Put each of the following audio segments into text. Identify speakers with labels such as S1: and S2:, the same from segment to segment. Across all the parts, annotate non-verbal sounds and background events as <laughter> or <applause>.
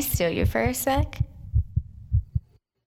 S1: steal you for a sec?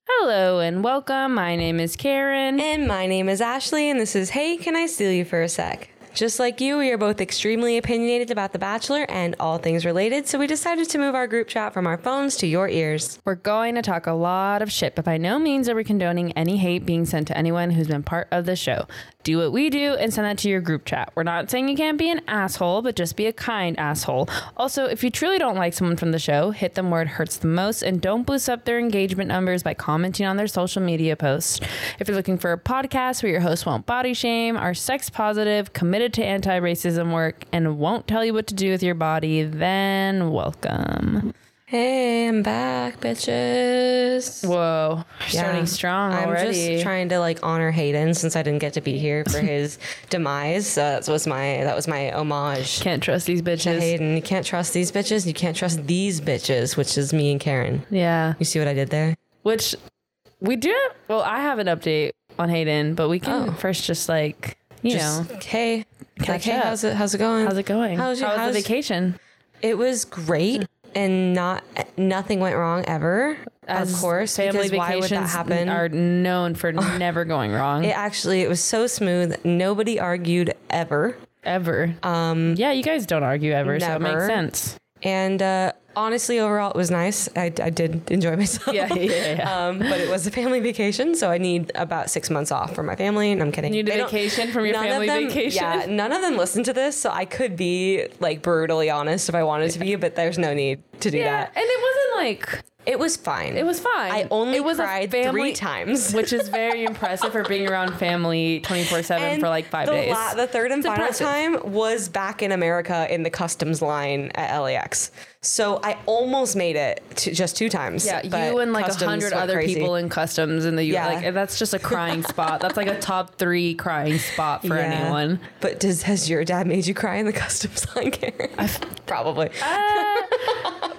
S2: Hello and welcome. My name is Karen.
S3: And my name is Ashley, and this is Hey, Can I Steal You for a Sec? Just like you, we are both extremely opinionated about The Bachelor and all things related, so we decided to move our group chat from our phones to your ears.
S2: We're going to talk a lot of shit, but by no means are we condoning any hate being sent to anyone who's been part of the show. Do what we do and send that to your group chat. We're not saying you can't be an asshole, but just be a kind asshole. Also, if you truly don't like someone from the show, hit them where it hurts the most and don't boost up their engagement numbers by commenting on their social media posts. If you're looking for a podcast where your host won't body shame, are sex positive, committed to anti racism work, and won't tell you what to do with your body, then welcome.
S3: Hey, I'm back, bitches.
S2: Whoa, you're
S3: Yeah.
S2: starting strong
S3: I'm
S2: already.
S3: just trying to like honor Hayden since I didn't get to be
S2: <laughs>
S3: here for his demise. So that was my that was my homage
S2: Can't trust these
S3: to
S2: bitches.
S3: Hayden. You can't trust these bitches. You can't trust these bitches, which is me and Karen.
S2: Yeah,
S3: You see what I did there?
S2: which we do. Have, well, I have an update on Hayden, but we
S3: Oh.
S2: can first just like you
S3: Just,
S2: know,
S3: hey, like, hey,
S2: up.
S3: how's it how's it going?
S2: how's it going?
S3: How's your-
S2: the
S3: how's-
S2: vacation?
S3: It was great and not nothing went wrong ever. of
S2: As
S3: course, because why would that
S2: vacations
S3: happen?
S2: Are known
S3: <laughs>
S2: for never going wrong
S3: it actually it was so smooth. Nobody argued ever.
S2: ever. Um, yeah, you guys don't argue ever, so it makes
S3: never. <laughs>
S2: sense.
S3: And uh, honestly, overall, it was nice. I, I did enjoy myself.
S2: Yeah, yeah, yeah.
S3: Um, but it was a family vacation, so I need about six months off from my family. And I'm kidding.
S2: Need a
S3: They don't-
S2: vacation from your
S3: none of
S2: family
S3: them-
S2: vacation?
S3: Yeah, none of them listen to this, so I could be like brutally honest if I wanted to be, but there's no need to do
S2: Yeah,
S3: that.
S2: Uh, and it wasn't like
S3: It was fine.
S2: it was fine.
S3: I only
S2: it was a
S3: cried three times.
S2: which is very impressive for being around family twenty four seven
S3: And
S2: for like five
S3: the
S2: days.
S3: la- the third and
S2: It's
S3: final
S2: impressive.
S3: time was back in America in the customs line at LAX. So I almost made it to just two times.
S2: Yeah,
S3: but
S2: you and like a
S3: customs
S2: hundred
S3: went
S2: other
S3: crazy.
S2: people in customs in the U.
S3: Yeah.
S2: Like that's just a <laughs> crying spot. That's like a top three crying spot for <laughs>
S3: Yeah.
S2: anyone.
S3: But does has your dad made you cry in the <laughs> customs line, Karen? Probably.
S2: Wow. Uh,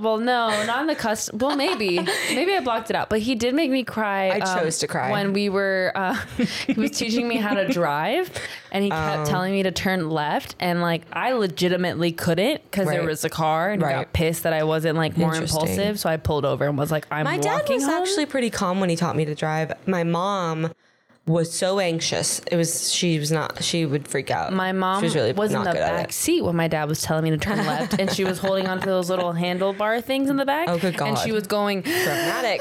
S2: Well, no, not in the custom. Well, maybe, maybe I blocked it out. But he did make me cry. um,
S3: I chose to cry.
S2: when we were. Uh, <laughs> he was teaching me how <laughs> to drive, and he kept telling me to turn left, and like I legitimately couldn't because there
S3: Right.
S2: was a car, and he got
S3: Right.
S2: pissed that I wasn't like more
S3: Interesting.
S2: impulsive. So I pulled over and was like, "I'm
S3: My
S2: walking
S3: dad was
S2: home?
S3: actually pretty calm when he taught me to drive. My mom was so anxious. It was she was not she would freak out.
S2: My mom
S3: she was really
S2: was in
S3: not
S2: the
S3: good at
S2: back
S3: it.
S2: seat when my dad was telling me to turn left, and she was holding onto those little handlebar things in the back.
S3: Oh, good
S2: And
S3: God.
S2: she was going,
S3: Dramatic.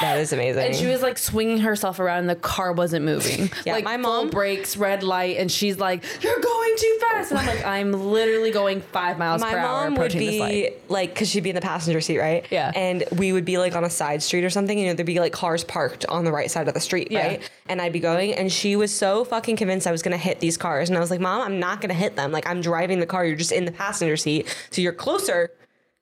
S3: that is amazing.
S2: <laughs> and she was like swinging herself around, and the car wasn't moving.
S3: <laughs> Yeah,
S2: like
S3: my
S2: full
S3: mom-
S2: brakes, red light, and she's like, <laughs> "You're going too fast," and I'm like, "I'm literally going five miles
S3: my
S2: per hour
S3: mom would
S2: approaching this light."
S3: be like because she'd be in the passenger seat right
S2: Yeah.
S3: and we would be like on a side street or something you know there'd be like cars parked on the right side of the street
S2: Yeah.
S3: right and i'd be going and she was so fucking convinced i was gonna hit these cars and i was like mom i'm not gonna hit them like i'm driving the car you're just in the passenger seat so you're closer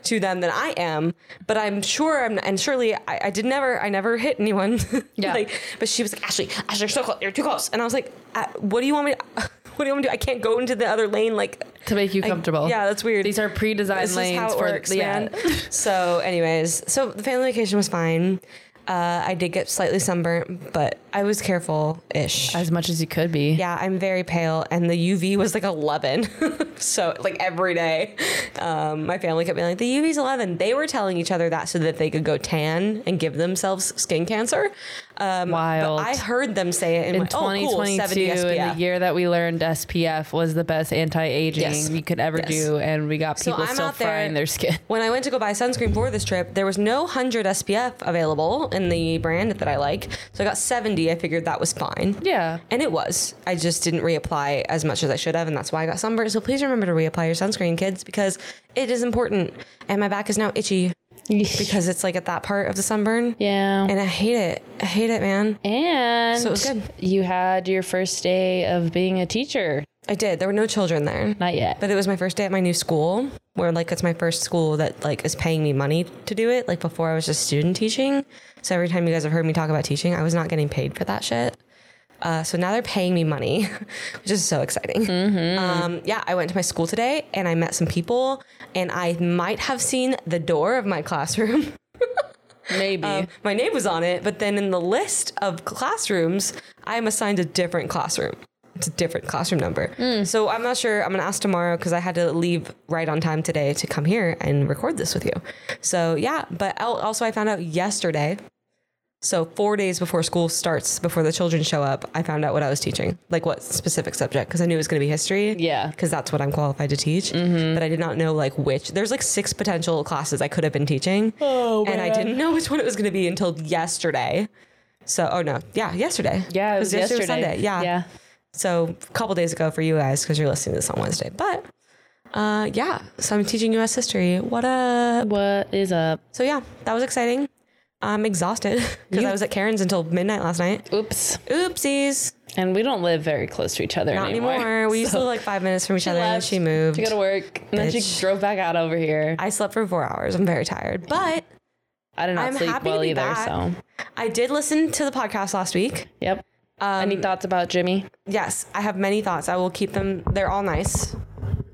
S3: to them than I am, but I'm sure I'm and surely I, I did never I never hit anyone. <laughs>
S2: Yeah.
S3: like, but she was like Ashley, Ashley, you're so close, you're too close, and I was like, "Uh, what do you want me? To, <laughs> what do you want me to do? I can't go into the other lane. Like
S2: To make you
S3: I-
S2: comfortable.
S3: yeah, that's weird.
S2: These are pre-designed
S3: This is
S2: lanes
S3: how it
S2: for
S3: works,
S2: yeah.
S3: man.
S2: <laughs>
S3: so, anyways, so the family vacation was fine. Uh, I did get slightly sunburnt, but I was careful ish.
S2: as much as you could be.
S3: Yeah, I'm very pale, and the UV was like 11. <laughs> so, like every day, um, my family kept being like, the UV's 11. They were telling each other that so that they could go tan and give themselves skin cancer. Um, but
S2: Wild.
S3: I heard them say it in,
S2: in
S3: my, oh, cool, 70
S2: 2022 in
S3: SPF.
S2: the year that we learned SPF was the best anti-aging
S3: Yes.
S2: we could ever
S3: Yes.
S2: do and we got people still frying their <laughs> skin.
S3: When I went to go buy sunscreen for this trip, there was no 100 SPF available in the brand that I like. So I got 70. I figured that was fine.
S2: Yeah.
S3: And it was. I just didn't reapply as much as I should have. And that's why I got sunburned. So please remember to reapply your sunscreen, kids, because it is important. And my back is now itchy because it's like at that part of the sunburn.
S2: <laughs> Yeah.
S3: And I hate it. I hate it, man.
S2: And
S3: So it was good.
S2: you had your first day of being a teacher.
S3: I did. There were no children there.
S2: Not yet.
S3: But it was my first day at my new school, where like it's my first school that like is paying me money to do it. Like before, I was just student teaching. So every time you guys have heard me talk about teaching, I was not getting paid for that shit. Uh, so now they're paying me money, <laughs> which is so exciting. Um, yeah, I went to my school today and I met some people, and I might have seen the door of my classroom. <laughs>
S2: Maybe.
S3: Um, my name was on it, but then in the list of classrooms, I am assigned a different classroom. it's a different classroom number. So I'm not sure. I'm gonna ask tomorrow because I had to leave right on time today to come here and record this with you. So yeah, but al- also I found out yesterday. So four days before school starts, before the children show up, I found out what I was teaching, like what specific subject, because I knew it was going to be history.
S2: Yeah. Mm-hmm.
S3: because that's what I'm qualified to teach. But I did not know like which. There's like six potential classes I could have been teaching, oh, and I didn't know which one it was going to be until yesterday. So, oh no, yeah, yesterday.
S2: Yeah, it was yesterday.
S3: Sunday. Yeah,
S2: Yeah.
S3: so a couple days ago for you guys because you're listening to this on Wednesday. But uh, yeah, so I'm teaching U.S. history. What up?
S2: What is up?
S3: So yeah, that was exciting. I'm exhausted <laughs> because I was at Karen's until midnight last night.
S2: Oops.
S3: Oopsies,
S2: And we don't live very close to each other
S3: not
S2: anymore. <laughs>
S3: anymore. We used to live like five minutes from each other, and
S2: left.
S3: she moved.
S2: She got to work, and then
S3: Bitch.
S2: she drove back out over here.
S3: I slept for four hours. I'm very tired, but
S2: I did not
S3: I'm
S2: sleep
S3: happy to
S2: well
S3: be
S2: either.
S3: back.
S2: So,
S3: I did listen to the podcast last week.
S2: yep.
S3: Um,
S2: Any thoughts about Jimmy?
S3: Yes, I have many thoughts. I will keep them. They're all nice.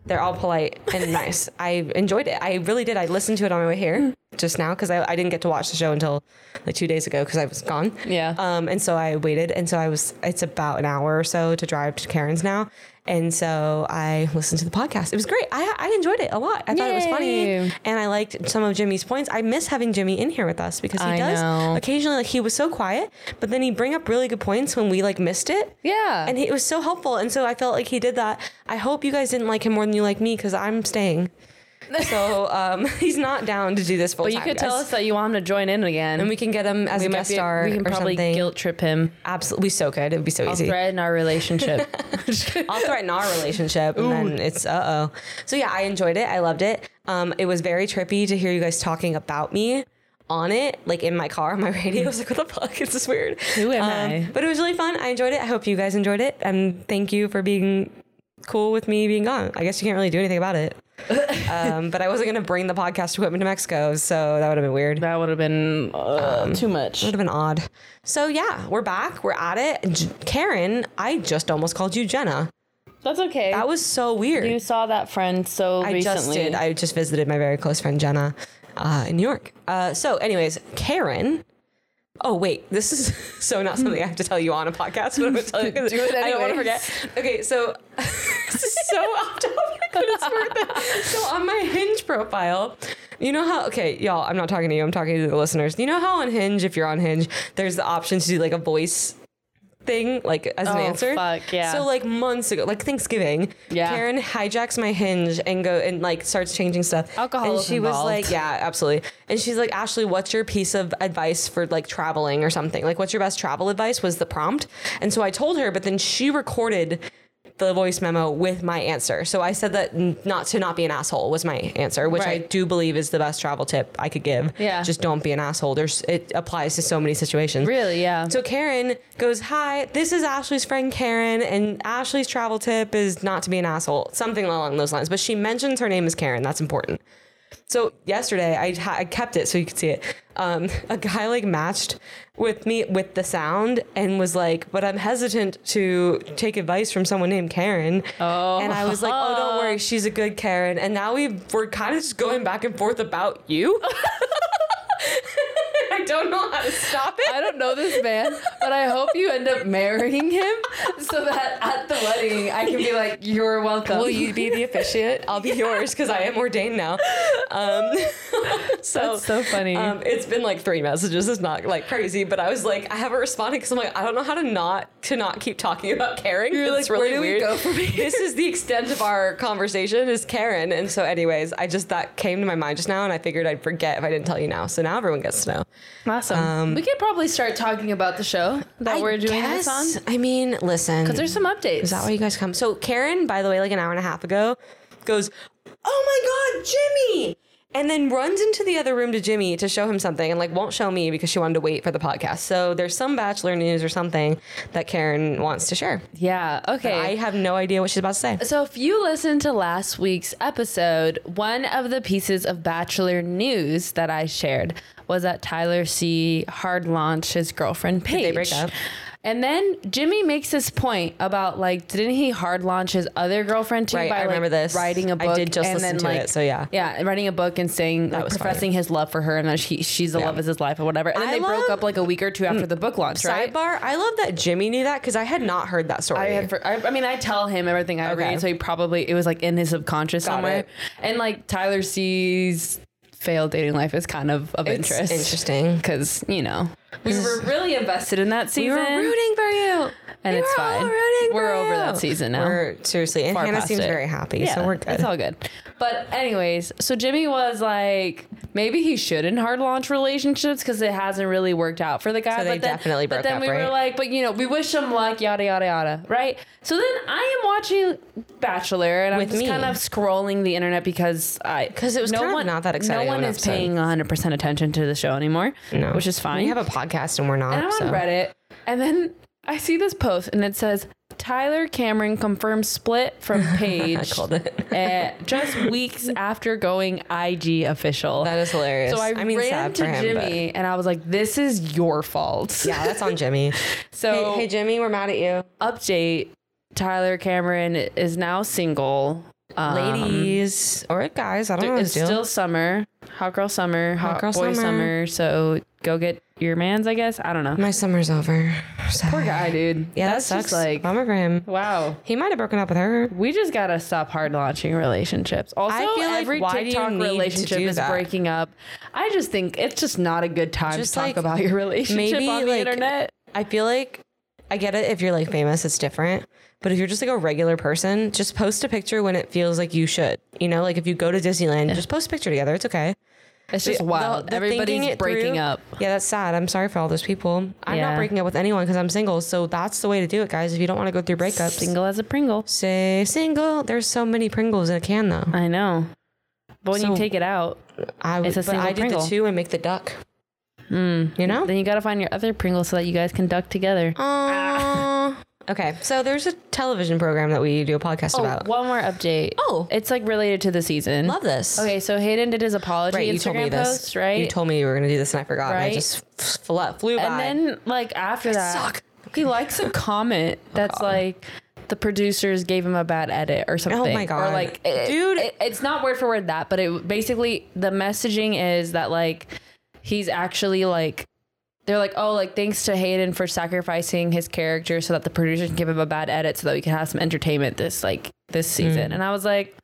S3: They're all polite
S2: <laughs>
S3: and nice. I enjoyed it. I really did. I listened to it on my way here just now because I, I didn't get to watch the show until like two days ago because I was gone.
S2: Yeah.
S3: Um, and so I waited. And so I was, it's about an hour or so to drive to Karen's now. And so I listened to the podcast. It was great. I, I enjoyed it a lot. I thought it was
S2: Yay.
S3: funny. And I liked some of Jimmy's points. I miss having Jimmy in here with us because he
S2: I
S3: does
S2: know.
S3: occasionally, like, he was so quiet, but then he'd bring up really good points when we like missed it.
S2: Yeah.
S3: And he, it was so helpful. And so I felt like he did that. I hope you guys didn't like him more than you like me because I'm staying.
S2: <laughs>
S3: So um, <laughs> he's not down to do this full
S2: But you
S3: time.
S2: could tell
S3: guys.
S2: us that you want him to join in again.
S3: And we can get him as a
S2: might
S3: guest
S2: be-
S3: star
S2: We can
S3: or
S2: probably
S3: something.
S2: guilt trip him.
S3: Absolutely, so good. It would be so easy.
S2: Threaten our relationship.
S3: <laughs> I'll threaten our relationship, and then it's uh oh. So yeah, I enjoyed it. I loved it. Um, it was very trippy to hear you guys talking about me on it, like in my car, my <laughs> radio. I was like, what the fuck? It's just weird.
S2: Who am
S3: Um,
S2: I?
S3: But it was really fun. I enjoyed it. I hope you guys enjoyed it, and thank you for being cool with me being gone. I guess you can't really do anything
S2: <laughs>
S3: about it. um, but I wasn't gonna bring the podcast equipment to Mexico, so that would have been weird.
S2: that would have been uh, too much.
S3: Would have been odd. So yeah, we're back. We're at it. J- Karen, I just almost called you Jenna.
S2: That's okay.
S3: That was so weird.
S2: you saw that friend so
S3: I
S2: recently.
S3: just did. I just visited my very close friend Jenna uh, in New York. Uh, so, anyways, Karen. Oh wait, this is <laughs> so not something I have to tell you on a podcast, but I'm
S2: <laughs>
S3: gonna tell you 'cause
S2: Do it
S3: I don't want to
S2: anyways.
S3: forget. Okay, so <laughs> this is so <laughs> off topic, but it's worth it. So on my Hinge profile, you know how? Okay, y'all, I'm not talking to you. I'm talking to the listeners. You know how on Hinge, if you're on Hinge, there's the option to do like a voice thing, like as an
S2: Oh,
S3: answer.
S2: fuck, yeah.
S3: So like months ago, like Thanksgiving,
S2: Yeah.
S3: Karen hijacks my hinge and go and like starts changing stuff.
S2: Alcohol
S3: And
S2: is
S3: she
S2: involved.
S3: was like, yeah, absolutely. And she's like, Ashley, what's your piece of advice for like traveling or something? Like, what's your best travel advice? Was the prompt. And so I told her, but then she recorded the voice memo with my answer. So I said that n- not to not be an asshole was my answer, which I
S2: Right.
S3: do believe is the best travel tip I could give.
S2: Yeah.
S3: Just don't be an asshole. There's it applies to so many situations.
S2: Really, yeah.
S3: So Karen goes, Hi, this is Ashley's friend Karen, and Ashley's travel tip is not to be an asshole, something along those lines. But she mentions her name is Karen. That's important. So yesterday, I, ha- I kept it so you could see it. Um, <laughs> a guy like matched with me with the sound and was like, "But I'm hesitant to take advice from someone named Karen." Oh, and I was like, "Oh, don't worry, she's a good Karen." And now we we're kind of just going back and forth about you. <laughs> I don't know how to stop it.
S2: I don't know this man, but I hope you end up marrying him so that at the wedding I can be like, "You're welcome."
S3: Will you be
S2: <laughs>
S3: the officiant? I'll be yours because I am ordained now. Um, so
S2: That's so funny.
S3: Um, it's been like three messages. It's not like crazy, but I was like, I haven't responded because I'm like, I don't know how to not to not keep talking about Karen.
S2: You're
S3: it's
S2: like, where
S3: really
S2: do we
S3: weird.
S2: go from here?
S3: This is the extent of our conversation is Karen, and so anyways, I just that came to my mind just now, and I figured I'd forget if I didn't tell you now. So now everyone gets to know.
S2: awesome. we could probably start talking about the show that we're doing this on.
S3: guess- I mean, listen,
S2: There's some updates.
S3: Is that why you guys come? So Karen, by the way, like an hour and a half ago, goes, "Oh my God, Jimmy!" and then runs into the other room to Jimmy to show him something, and like won't show me because she wanted to wait for the podcast. So there's some bachelor news or something that Karen wants to share.
S2: yeah. Okay.
S3: I have no idea what she's about to say.
S2: So, if you listened to last week's episode, one of the pieces of Bachelor news that I shared was that Tyler C. hard launched his girlfriend Paige.
S3: they break up?
S2: And then Jimmy makes this point about like, didn't he hard launch his other girlfriend too
S3: Right,
S2: by
S3: I
S2: like
S3: remember this.
S2: writing a
S3: I
S2: book?
S3: did just
S2: and
S3: listen
S2: then,
S3: to
S2: like,
S3: it, so yeah.
S2: yeah, writing a book and saying like
S3: was fire.
S2: professing his love for her and that she she's the love of his life or whatever. And then
S3: I
S2: they broke
S3: love-
S2: up like a week or two after the book launch, right?
S3: Sidebar, I love that Jimmy knew that because I had not heard that story.
S2: I had, for, I, I mean, I tell him everything I
S3: Okay.
S2: read, so he probably it was like in his subconscious somewhere.
S3: it.
S2: And like Tyler sees failed dating life is kind of of
S3: It's
S2: interest.
S3: Interesting.
S2: because you know we were really invested in that
S3: We
S2: season.
S3: were rooting for you.
S2: And
S3: We
S2: it's
S3: were all
S2: fine.
S3: rooting
S2: We're
S3: for
S2: over
S3: you.
S2: that season now.
S3: We're, seriously, and
S2: far
S3: Hannah
S2: past
S3: seems
S2: it.
S3: very happy,
S2: Yeah,
S3: so we're good.
S2: It's all good. But anyways, so Jimmy was like, maybe he shouldn't hard launch relationships because it hasn't really worked out for the guy.
S3: So they
S2: but then,
S3: definitely
S2: But
S3: broke
S2: then
S3: up,
S2: we were
S3: right?
S2: like, but you know, we wish him luck, yada yada yada, right? So then I am watching Bachelor, and
S3: With
S2: I'm just
S3: me.
S2: kind of scrolling the internet because I
S3: 'Cause it was
S2: no
S3: kind of
S2: one,
S3: not that exciting
S2: No
S3: of
S2: one
S3: an
S2: is
S3: episode.
S2: paying 100 percent attention to the show anymore, which is fine.
S3: We have a podcast and we're not.
S2: And I'm
S3: so.
S2: on Reddit, and then I see this post, and it says Tyler Cameron confirms split from
S3: <laughs> I
S2: Paige
S3: called it.
S2: <laughs> eh, just weeks after going IG official.
S3: That is hilarious.
S2: so I,
S3: mean,
S2: ran
S3: sad
S2: to
S3: for him, but-
S2: Jimmy, and I was like, "This is your fault."
S3: Yeah, that's on Jimmy.
S2: <laughs> So
S3: Jimmy, we're mad at you.
S2: update: Tyler Cameron is now single. Um,
S3: Ladies or guys, I don't know.
S2: It's
S3: What's still
S2: still summer, hot girl summer, hot,
S3: girl
S2: boy summer.
S3: summer.
S2: So go get your man's, I guess. I don't know.
S3: my summer's over. Sad.
S2: Poor guy, dude.
S3: Yeah,
S2: That's
S3: that
S2: just,
S3: sucks.
S2: like,
S3: Bummer for him.
S2: wow.
S3: He might have broken up with her.
S2: We just gotta stop hard launching relationships. Also,
S3: feel like,
S2: every
S3: why do you
S2: TikTok
S3: need to
S2: relationship
S3: do
S2: is
S3: that?
S2: breaking up. I just think it's just not a good time
S3: Just,
S2: to talk
S3: like,
S2: about your relationship
S3: maybe,
S2: on the
S3: like,
S2: internet.
S3: I feel like I get it. If you're like famous, it's different. But if you're just like a regular person, just post a picture when it feels like you should. You know, like if you go to Disneyland, just post a picture together. It's okay.
S2: It's just
S3: The-
S2: wild.
S3: the thinking
S2: Everybody's
S3: it through-
S2: breaking up.
S3: Yeah, that's sad. I'm sorry for all those people. I'm
S2: Yeah.
S3: not breaking up with anyone because I'm single. So that's the way to do it, guys. If you don't want to go through breakups,
S2: Single as a Pringle.
S3: say single. There's so many Pringles in a can though.
S2: I know. But when you
S3: So-
S2: take it out,
S3: I would,
S2: It's a
S3: but
S2: single
S3: I did
S2: Pringle. Hmm.
S3: the two and make the duck. You know?
S2: then you gotta find your other Pringle so that you guys can duck together. Uh,
S3: Aw. <laughs> Okay, so there's a television program that we do a podcast
S2: Oh,
S3: about.
S2: one more update.
S3: Oh.
S2: It's like related to the season.
S3: Love this.
S2: Okay, so Hayden did his apology
S3: Right,
S2: Instagram
S3: you told me this.
S2: post, right?
S3: You told me you were going to do this and I forgot. And I
S2: Right?
S3: just f- fl- flew by.
S2: And then, like after that,
S3: suck.
S2: he likes a comment that's like the producers gave him a bad edit or something.
S3: Oh God.
S2: Or like, it-
S3: Dude.
S2: it- it's not word for word that, but it basically the messaging is that like he's actually like. They're like, oh, like thanks to Hayden for sacrificing his character so that the producers can give him a bad edit so that we can have some entertainment this like this season. And I was like,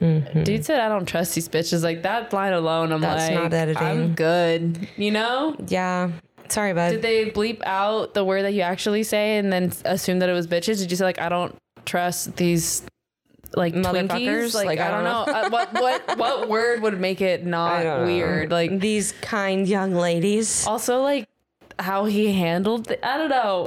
S2: dude said I don't trust these bitches. Like that line alone, I'm
S3: That's
S2: like,
S3: not editing.
S2: I'm good, you know.
S3: yeah. Sorry, bud.
S2: Did they bleep out the word that you actually say and then assume that it was bitches? Did you say like I don't trust these like
S3: Motherfuckers?
S2: Twinkies? Like, I, don't know, Uh, what what what <laughs> word would make it
S3: I don't
S2: not
S3: know.
S2: weird? Like
S3: These kind young ladies.
S2: also like how he handled the, I don't know.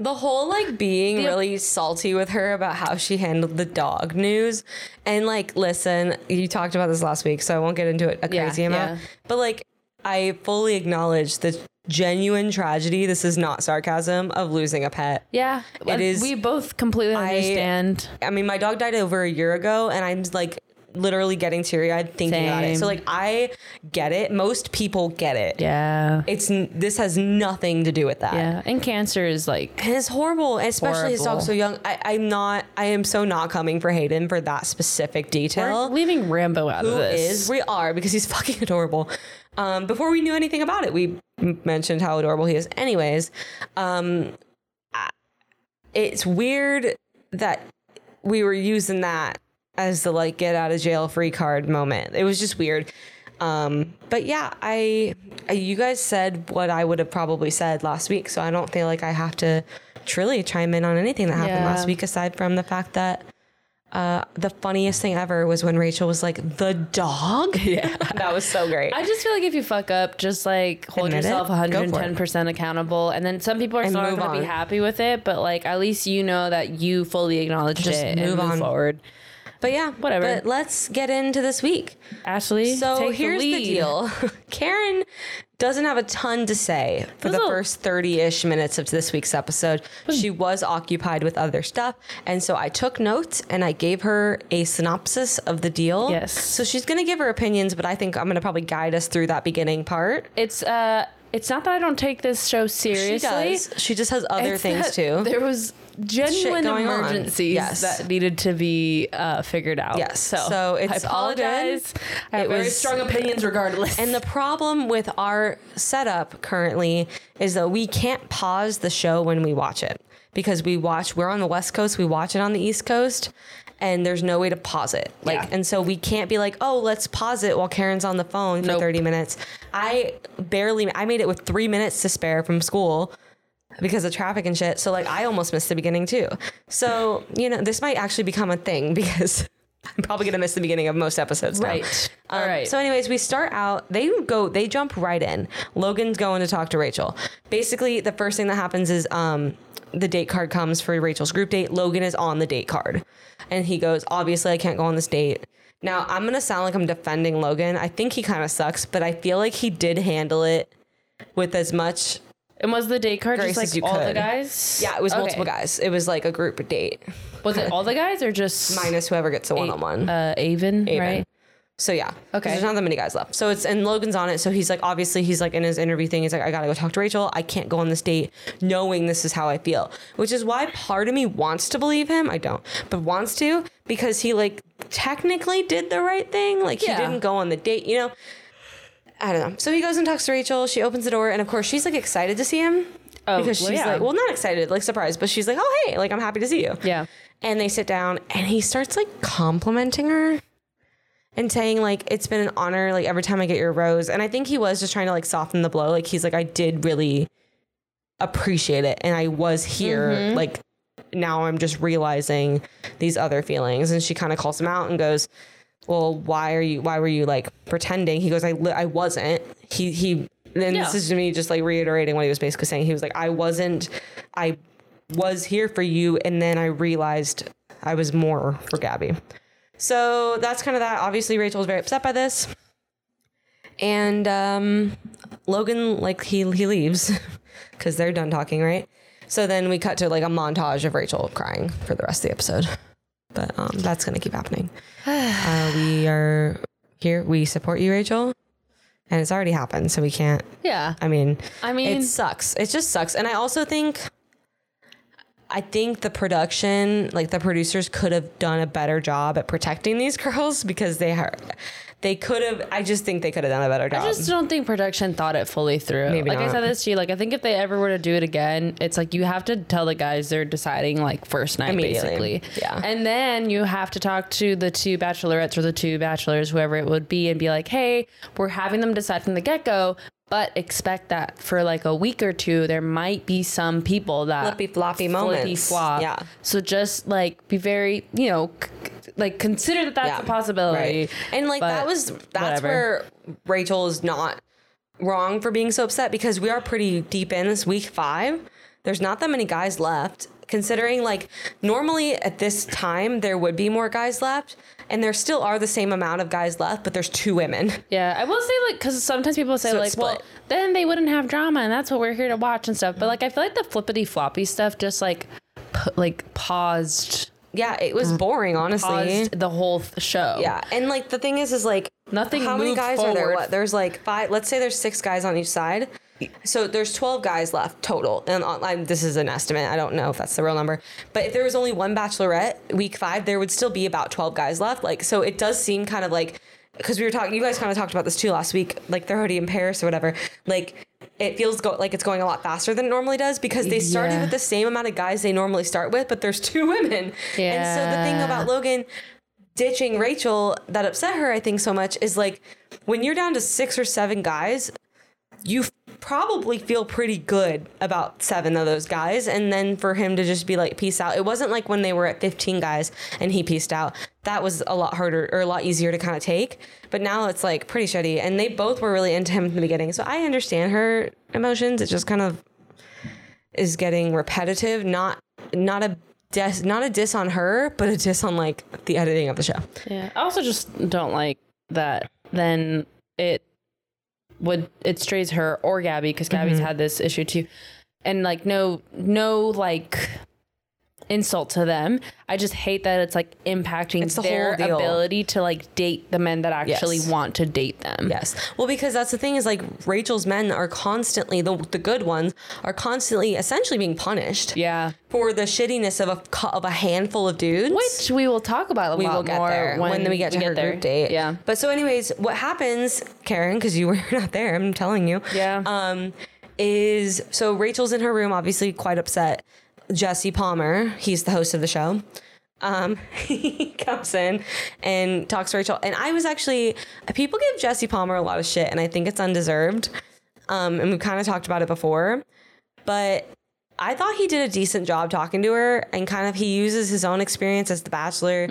S3: The whole like being really salty with her about how she handled the dog news. And like, listen, you talked about this last week, so I won't get into it a
S2: Yeah,
S3: crazy amount.
S2: yeah.
S3: But like, I fully acknowledge the genuine tragedy. This is not sarcasm of losing a pet.
S2: Yeah,
S3: It is-
S2: We both completely understand.
S3: I mean, my dog died over a year ago, and I'm like literally getting teary eyed thinking about it. So
S2: Same.
S3: like, I get it. Most people get it.
S2: yeah,
S3: It's n- this has nothing to do with that.
S2: yeah. And cancer is like
S3: And it's horrible, especially his
S2: Horrible.
S3: dog's so young. I, I'm not. I am so not coming for Hayden for that specific
S2: we're
S3: detail.
S2: leaving Rambo out of
S3: Who
S2: this.
S3: is we are because he's <laughs> fucking adorable. Um, before we knew anything about it, we m- mentioned how adorable he is. Anyways, um, I- it's weird that we were using that as the like get out of jail free card moment. It was just weird. Um, but yeah, I, I you guys said what I would have probably said last week, so I don't feel like I have to truly chime in on anything that happened
S2: Yeah.
S3: last week aside from the fact that uh, the funniest thing ever was when Rachel was like, "The dog." Yeah, that was so great.
S2: I just feel like if you fuck up, just like hold
S3: Admit it.
S2: yourself
S3: Go for it.
S2: 110% accountable. And then some people are still not
S3: move
S2: going to be
S3: on.
S2: happy with it, but like at least you know that you fully acknowledged
S3: Just
S2: it
S3: move
S2: and move
S3: on.
S2: forward.
S3: but yeah,
S2: Whatever.
S3: But let's get into this week.
S2: Ashley,
S3: So
S2: take
S3: here's the,
S2: lead.
S3: deal. <laughs> Karen doesn't have a ton to say for the
S2: This'll-
S3: first 30-ish minutes of this week's episode. She was occupied with other stuff, and so I took notes and I gave her a synopsis of the deal.
S2: Yes.
S3: So she's going to give her opinions, but I think I'm going to probably guide us through that beginning part.
S2: It's uh It's not that I don't take this show seriously.
S3: She does. She just has other
S2: It's
S3: things
S2: that
S3: too.
S2: There was genuine
S3: going on.
S2: emergencies
S3: Yes.
S2: that needed to be uh, figured out.
S3: Yes.
S2: So,
S3: So
S2: I
S3: it's all good.
S2: apologize. I have
S3: It
S2: very
S3: was-
S2: strong opinions regardless.
S3: And the problem with our setup currently is that we can't pause the show when we watch it because we watch, we're on the West Coast, we watch it on the East Coast, and there's no way to pause it. Like,
S2: Yeah.
S3: and so we can't be like, oh, let's pause it while Karen's on the phone for
S2: Nope.
S3: 30 minutes. I barely, I made it with three minutes to spare from school because of traffic and shit. So, like, I almost missed the beginning too. So, you know, this might actually become a thing <laughs> because. I'm probably gonna miss the beginning of most episodes. now.
S2: Right.
S3: Um,
S2: All right.
S3: So, anyways, we start out. They go. They jump right in. Logan's going to talk to Rachel. Basically, the first thing that happens is um, the date card comes for Rachel's group date. Logan is on the date card, and he goes, "Obviously, I can't go on this date." Now, I'm gonna sound like I'm defending Logan. I think he kind of sucks, but I feel like he did handle it with as much.
S2: and was the date card
S3: Grace
S2: just
S3: as you
S2: like all the
S3: could.
S2: guys?
S3: Yeah, it was
S2: Okay.
S3: multiple guys. It was like a group date
S2: Was it all the guys or just
S3: minus whoever gets a one-on-one.
S2: uh, Avon,
S3: Aven.
S2: Right.
S3: So yeah. 'Cause
S2: Okay.
S3: There's not that many guys left. So it's and Logan's on it. So he's like, obviously, he's like in his interview thing. He's like, I gotta go talk to Rachel. I can't go on this date knowing this is how I feel, which is why part of me wants to believe him. I don't, but wants to because he like technically did the right thing. Like
S2: Yeah.
S3: he didn't go on the date. You know. I don't know. So he goes and talks to Rachel. She opens the door, and of course, she's like excited to see him
S2: Oh,
S3: because she's
S2: well, yeah.
S3: like, well, not excited, like surprised, but she's like, oh hey, like I'm happy to see you.
S2: Yeah.
S3: And they sit down, and he starts like complimenting her and saying like it's been an honor like every time i get your rose and i think he was just trying to like soften the blow like he's like i did really appreciate it and i was here like now i'm just realizing these other feelings and she kind of calls him out and goes well why are you why were you like pretending he goes i li- i wasn't he he then this
S2: Yeah.
S3: is me just like reiterating what he was basically saying he was like i wasn't i was here for you and then i realized i was more for gabby so that's kind of that. Obviously, Rachel was very upset by this, and um, Logan like he he leaves <laughs> because they're done talking, right? So then we cut to like a montage of Rachel crying for the rest of the episode, but um, that's gonna keep happening. uh, we are here. We support you, Rachel, and it's already happened, so we can't.
S2: Yeah.
S3: I mean,
S2: I mean,
S3: it sucks. It just sucks. And I also think I think the production, like the producers could have done a better job at protecting these <laughs> girls because they are they could have I just think they could have done a better job.
S2: I just don't think production thought it fully through.
S3: Maybe
S2: like I
S3: not.
S2: said this to you, like I think if they ever were to do it again, it's like you have to tell the guys they're deciding like first night
S3: Immediately.
S2: basically.
S3: Yeah.
S2: And then you have to talk to the two bachelorettes or the two bachelors, whoever it would be, and be like, hey, we're having them decide from the get go, but expect that for like a week or two, there might be some people that
S3: Flippy
S2: flippy
S3: floppy moments.
S2: flop.
S3: Yeah.
S2: So just like be very, you know, c- c- like consider that that's
S3: Yeah.
S2: a possibility.
S3: Right. And like
S2: But
S3: that was that's
S2: whatever.
S3: where Rachel is not wrong for being so upset because we are pretty deep in this week five. There's not that many guys left. Considering like normally at this time there would be more guys left, and there still are the same amount of guys left, but there's two women.
S2: Yeah, I will say like because sometimes people say
S3: So
S2: like,
S3: it's
S2: well,
S3: split.
S2: then they wouldn't have drama, and that's what we're here to watch and stuff. But like, I feel like the flippity floppy stuff just like, p- like paused,
S3: Yeah, it was boring, honestly.
S2: Mm. paused the whole th- show.
S3: Yeah, and like the thing is, is like
S2: Nothing
S3: How many
S2: moved
S3: guys are there?
S2: forward.
S3: What there's like five. Let's say there's six guys on each side. So there's 12 guys left total, and on- I'm, this is an estimate. I don't know if that's the real number, but if there was only one bachelorette week five, there would still be about 12 guys left. Like, so it does seem kind of like because we were talking. You guys kind of talked about this too last week, like they're already in Paris or whatever. Like, it feels go- like it's going a lot faster than it normally does because they started
S2: Yeah.
S3: with the same amount of guys they normally start with, but there's two women. And so the thing
S2: Yeah.
S3: about Logan ditching Rachel that upset her, I think, so much is like when you're down to six or seven guys, you f- probably feel pretty good about seven of those guys. And then for him to just be like, peace out, it wasn't like when they were at 15 guys and he pieced out. That was a lot harder or a lot easier to kind of take. But now it's like pretty shitty. And they both were really into him in the beginning. So I understand her emotions. It just kind of is getting repetitive. Not, not a. Dis, not a diss on her, but a diss on like the editing of the show.
S2: yeah. I also just don't like that. Then it would it strays her or
S3: Mm-hmm.
S2: Gabby because Gabby's had this issue too, and like no no like insult to them. I just hate that it's like impacting
S3: It's the
S2: their
S3: whole deal.
S2: ability to like date the men that actually
S3: Yes.
S2: want to date them.
S3: Yes. Well, because that's the thing is like Rachel's men are constantly the the good ones are constantly essentially being punished
S2: Yeah.
S3: for the shittiness of a cou- of a handful of dudes.
S2: Which we will talk about a
S3: we
S2: lot
S3: will get
S2: more
S3: there when, we get to her
S2: there.
S3: group date.
S2: Yeah.
S3: But so, anyways, what happens, Karen? Because you were <laughs> not there. I'm telling you.
S2: Yeah.
S3: Um, is so Rachel's in her room, obviously quite upset. Jesse Palmer, he's the host of the show. Um, <laughs> he comes in and talks to Rachel. And I was actually, people give Jesse Palmer a lot of shit, and I think it's undeserved. Um, and we kind of talked about it before, but I thought he did a decent job talking to her, and kind of he uses his own experience as the bachelor.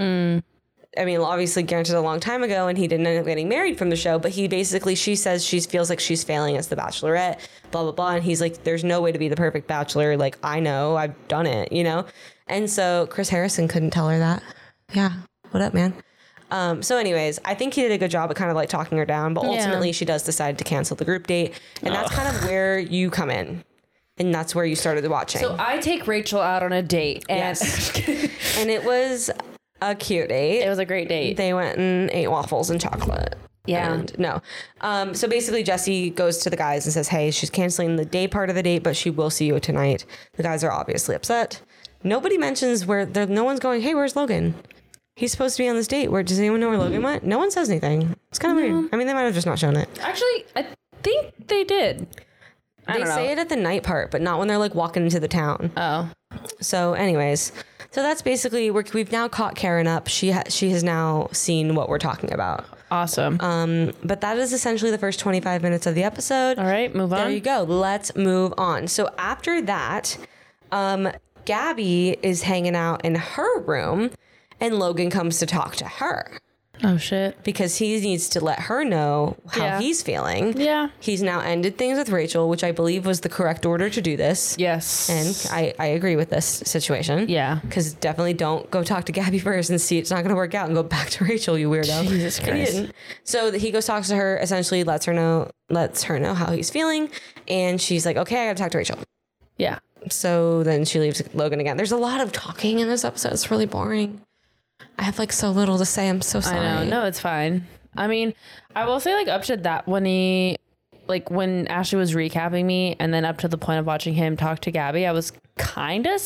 S3: I mean, obviously, granted, a long time ago, and he didn't end up getting married from the show. But he basically, she says she feels like she's failing as the Bachelorette, blah blah blah. And he's like, "There's no way to be the perfect Bachelor. Like, I know, I've done it, you know." And so Chris Harrison couldn't tell her that. Yeah, what up, man? Um, so, anyways, I think he did a good job at kind of like talking her down, but ultimately, she does decide to cancel the group date, and that's kind of where you come in, and that's where you started watching.
S2: So I take Rachel out on a date and <laughs>
S3: Yes. and it was a cute date.
S2: it was a great date.
S3: they went and ate waffles and chocolate.
S2: Yeah.
S3: And no. Um, so basically, Jesse goes to the guys and says, Hey, she's canceling the day part of the date, but she will see you tonight. The guys are obviously upset. Nobody mentions where there, no one's going, Hey, where's Logan? He's supposed to be on this date. Where does anyone know where Logan went? No one says anything. It's kind of weird. I mean, they might have just not shown it.
S2: Actually, I think they did. I
S3: They
S2: don't know.
S3: say it at the night part, but not when they're like walking into the town.
S2: Oh.
S3: So, anyways, so that's basically we're, we've now caught Karen up. She ha- she has now seen what we're talking about.
S2: Awesome.
S3: Um, but that is essentially the first 25 minutes of the episode.
S2: All right, move
S3: There
S2: on.
S3: you go. Let's move on. So after that, um, Gabby is hanging out in her room and Logan comes to talk to her
S2: oh shit.
S3: because he needs to let her know how
S2: Yeah.
S3: he's feeling.
S2: Yeah.
S3: He's now ended things with Rachel, which I believe was the correct order to do this.
S2: Yes.
S3: And I, I agree with this situation.
S2: Yeah.
S3: Because definitely don't go talk to Gabby <laughs> first and see it's not going to work out and go back to <laughs> Rachel, you weirdo.
S2: Jesus
S3: And he
S2: Christ.
S3: didn't. So that he goes talks to her, essentially lets her know, lets her know how he's feeling, and she's like, "Okay, I got to talk to Rachel."
S2: yeah.
S3: So then she leaves Logan again. There's a lot of talking in this episode. It's really boring. I have like so little to say. I'm so sorry.
S2: I know. No, it's fine. I mean, I will say like up to that when he like when Ashley was recapping me and then up to the point of watching him talk to Gabby, I was kind of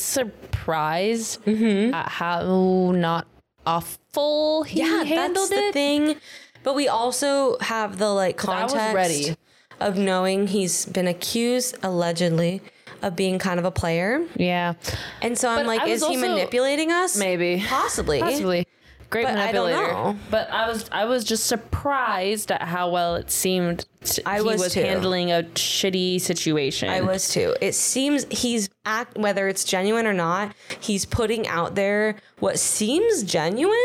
S2: surprised
S3: Mm-hmm.
S2: at how not awful he
S3: yeah,
S2: handled
S3: that's the
S2: it.
S3: thing. But we also have the like
S2: I was
S3: context
S2: ready.
S3: of knowing he's been accused allegedly of being kind of a player,
S2: Yeah.
S3: and so I'm
S2: But
S3: like,
S2: I was
S3: is he
S2: also-
S3: manipulating us?
S2: Maybe. <laughs>
S3: Possibly.
S2: Possibly. Great
S3: But I don't
S2: manipulator.
S3: know.
S2: But I was I was just surprised at how well it seemed t-
S3: I
S2: he
S3: was
S2: was,
S3: too.
S2: handling a shitty situation.
S3: I was too. It seems he's act whether it's genuine or not, he's putting out there what seems genuine.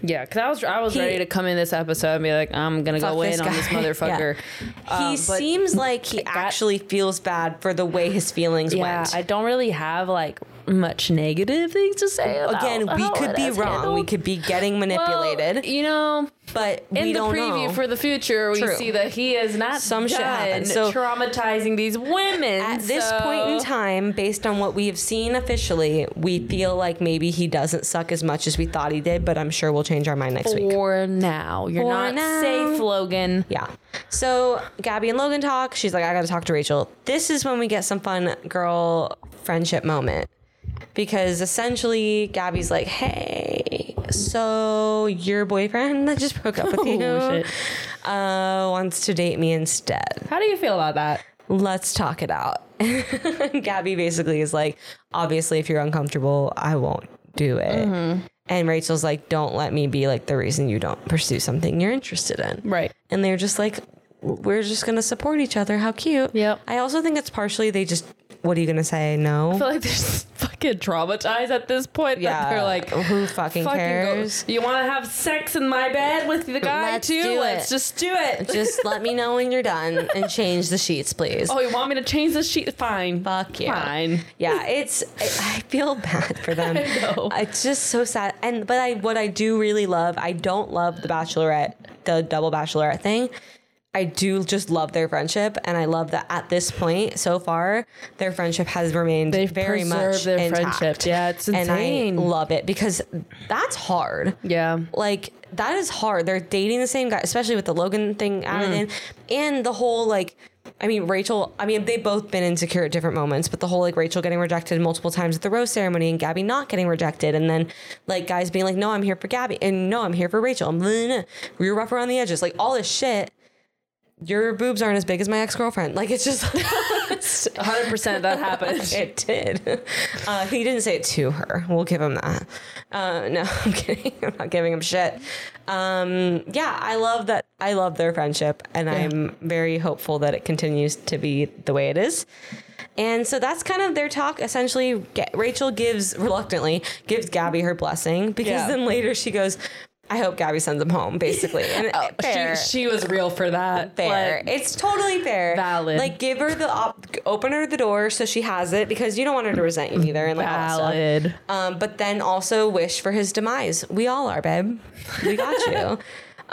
S2: Yeah, because I was I was ready to come in this episode and be like, I'm gonna
S3: Fuck
S2: go in on this
S3: guy. <laughs>
S2: motherfucker. Um,
S3: Yeah. he seems like he actually feels bad for the way his feelings
S2: Yeah,
S3: went.
S2: I don't really have like much negative things to say. About
S3: Again, we
S2: how
S3: could
S2: it
S3: be
S2: is
S3: wrong. We
S2: handled.
S3: could be getting
S2: Well,
S3: manipulated,
S2: you know,
S3: but
S2: in
S3: we
S2: the
S3: don't
S2: preview
S3: know.
S2: for the future, we
S3: True.
S2: see that he is not
S3: Some shit
S2: done
S3: happened, so-
S2: traumatizing these women.
S3: At this point in
S2: so-
S3: time, based on what we have seen officially, we feel like maybe he doesn't suck as much as we thought he did, but I'm sure we'll change our mind next week.
S2: for now, you're
S3: For
S2: not
S3: now.
S2: safe, Logan.
S3: Yeah. So Gabby and Logan talk. She's like, I got to talk to Rachel. This is when we get some fun girl friendship moment because essentially Gabby's like, hey, so your boyfriend that just broke up with you
S2: shit.
S3: uh, wants to date me instead.
S2: How do you feel about that?
S3: Let's talk it out. <laughs> Gabby basically is like, obviously, if you're uncomfortable, I won't do it. And Rachel's like, don't let me be like the reason you don't pursue something you're interested in
S2: Right.
S3: and they're just like we're just gonna support each other how cute
S2: Yep.
S3: i also think it's partially they just what are you gonna say
S2: I
S3: no
S2: feel like they're just <laughs> fucking traumatized at this point. that they're like,
S3: who fucking,
S2: fucking go-
S3: cares
S2: You want to have sex in my bed with the guy
S3: Let's
S2: too?
S3: do
S2: Let's
S3: it.
S2: just do it.
S3: just let me know when you're done and change the sheets please
S2: <laughs> oh, you want me to change the sheet? Fine.
S3: Fuck you.
S2: Fine.
S3: Yeah, it's. I I feel bad for
S2: <laughs>
S3: them.
S2: know.
S3: It's just so sad. And but I, what I do really love, I don't love the Bachelorette, the double Bachelorette thing. I I do just love their friendship, and I love that at this point so far, their friendship has remained
S2: They've
S3: very much
S2: preserved their
S3: intact.
S2: friendship. Yeah, it's
S3: And I
S2: insane.
S3: love it because that's hard.
S2: Yeah.
S3: like that is hard. They're dating the same guy, especially with the Logan thing added in, and the whole like. I mean, Rachel, I mean, they've both been insecure at different moments, but the whole like Rachel getting rejected multiple times at the rose ceremony and Gabby not getting rejected. And then like guys being like, no, I'm here for Gabby. And no, I'm here for Rachel. I'm, you're rough around the edges. Like all this shit. Your boobs aren't as big as my ex girlfriend. Like it's just, <laughs>
S2: 100% that happened.
S3: it did. <laughs> Uh, he didn't say it to her. We'll give him that. Uh, no, <laughs> I'm kidding. I'm not giving him shit. Um, yeah, I love that. I love their friendship, and I'm very hopeful that it continues to be the way it is. And so that's kind of their talk. Essentially, Ga- Rachel gives reluctantly gives Gabby her blessing because
S2: Yeah.
S3: then later she goes, "I hope Gabby sends him home." <laughs> Basically, and Oh, fair
S2: She, she was real for that.
S3: fair.
S2: Like,
S3: it's totally fair.
S2: Valid.
S3: Like, give her the op- open her the door so she has it because you don't want her to resent you either. And like all that
S2: valid.
S3: stuff. Um, but then also wish for his demise. We all are, babe. We got
S2: <laughs>
S3: you.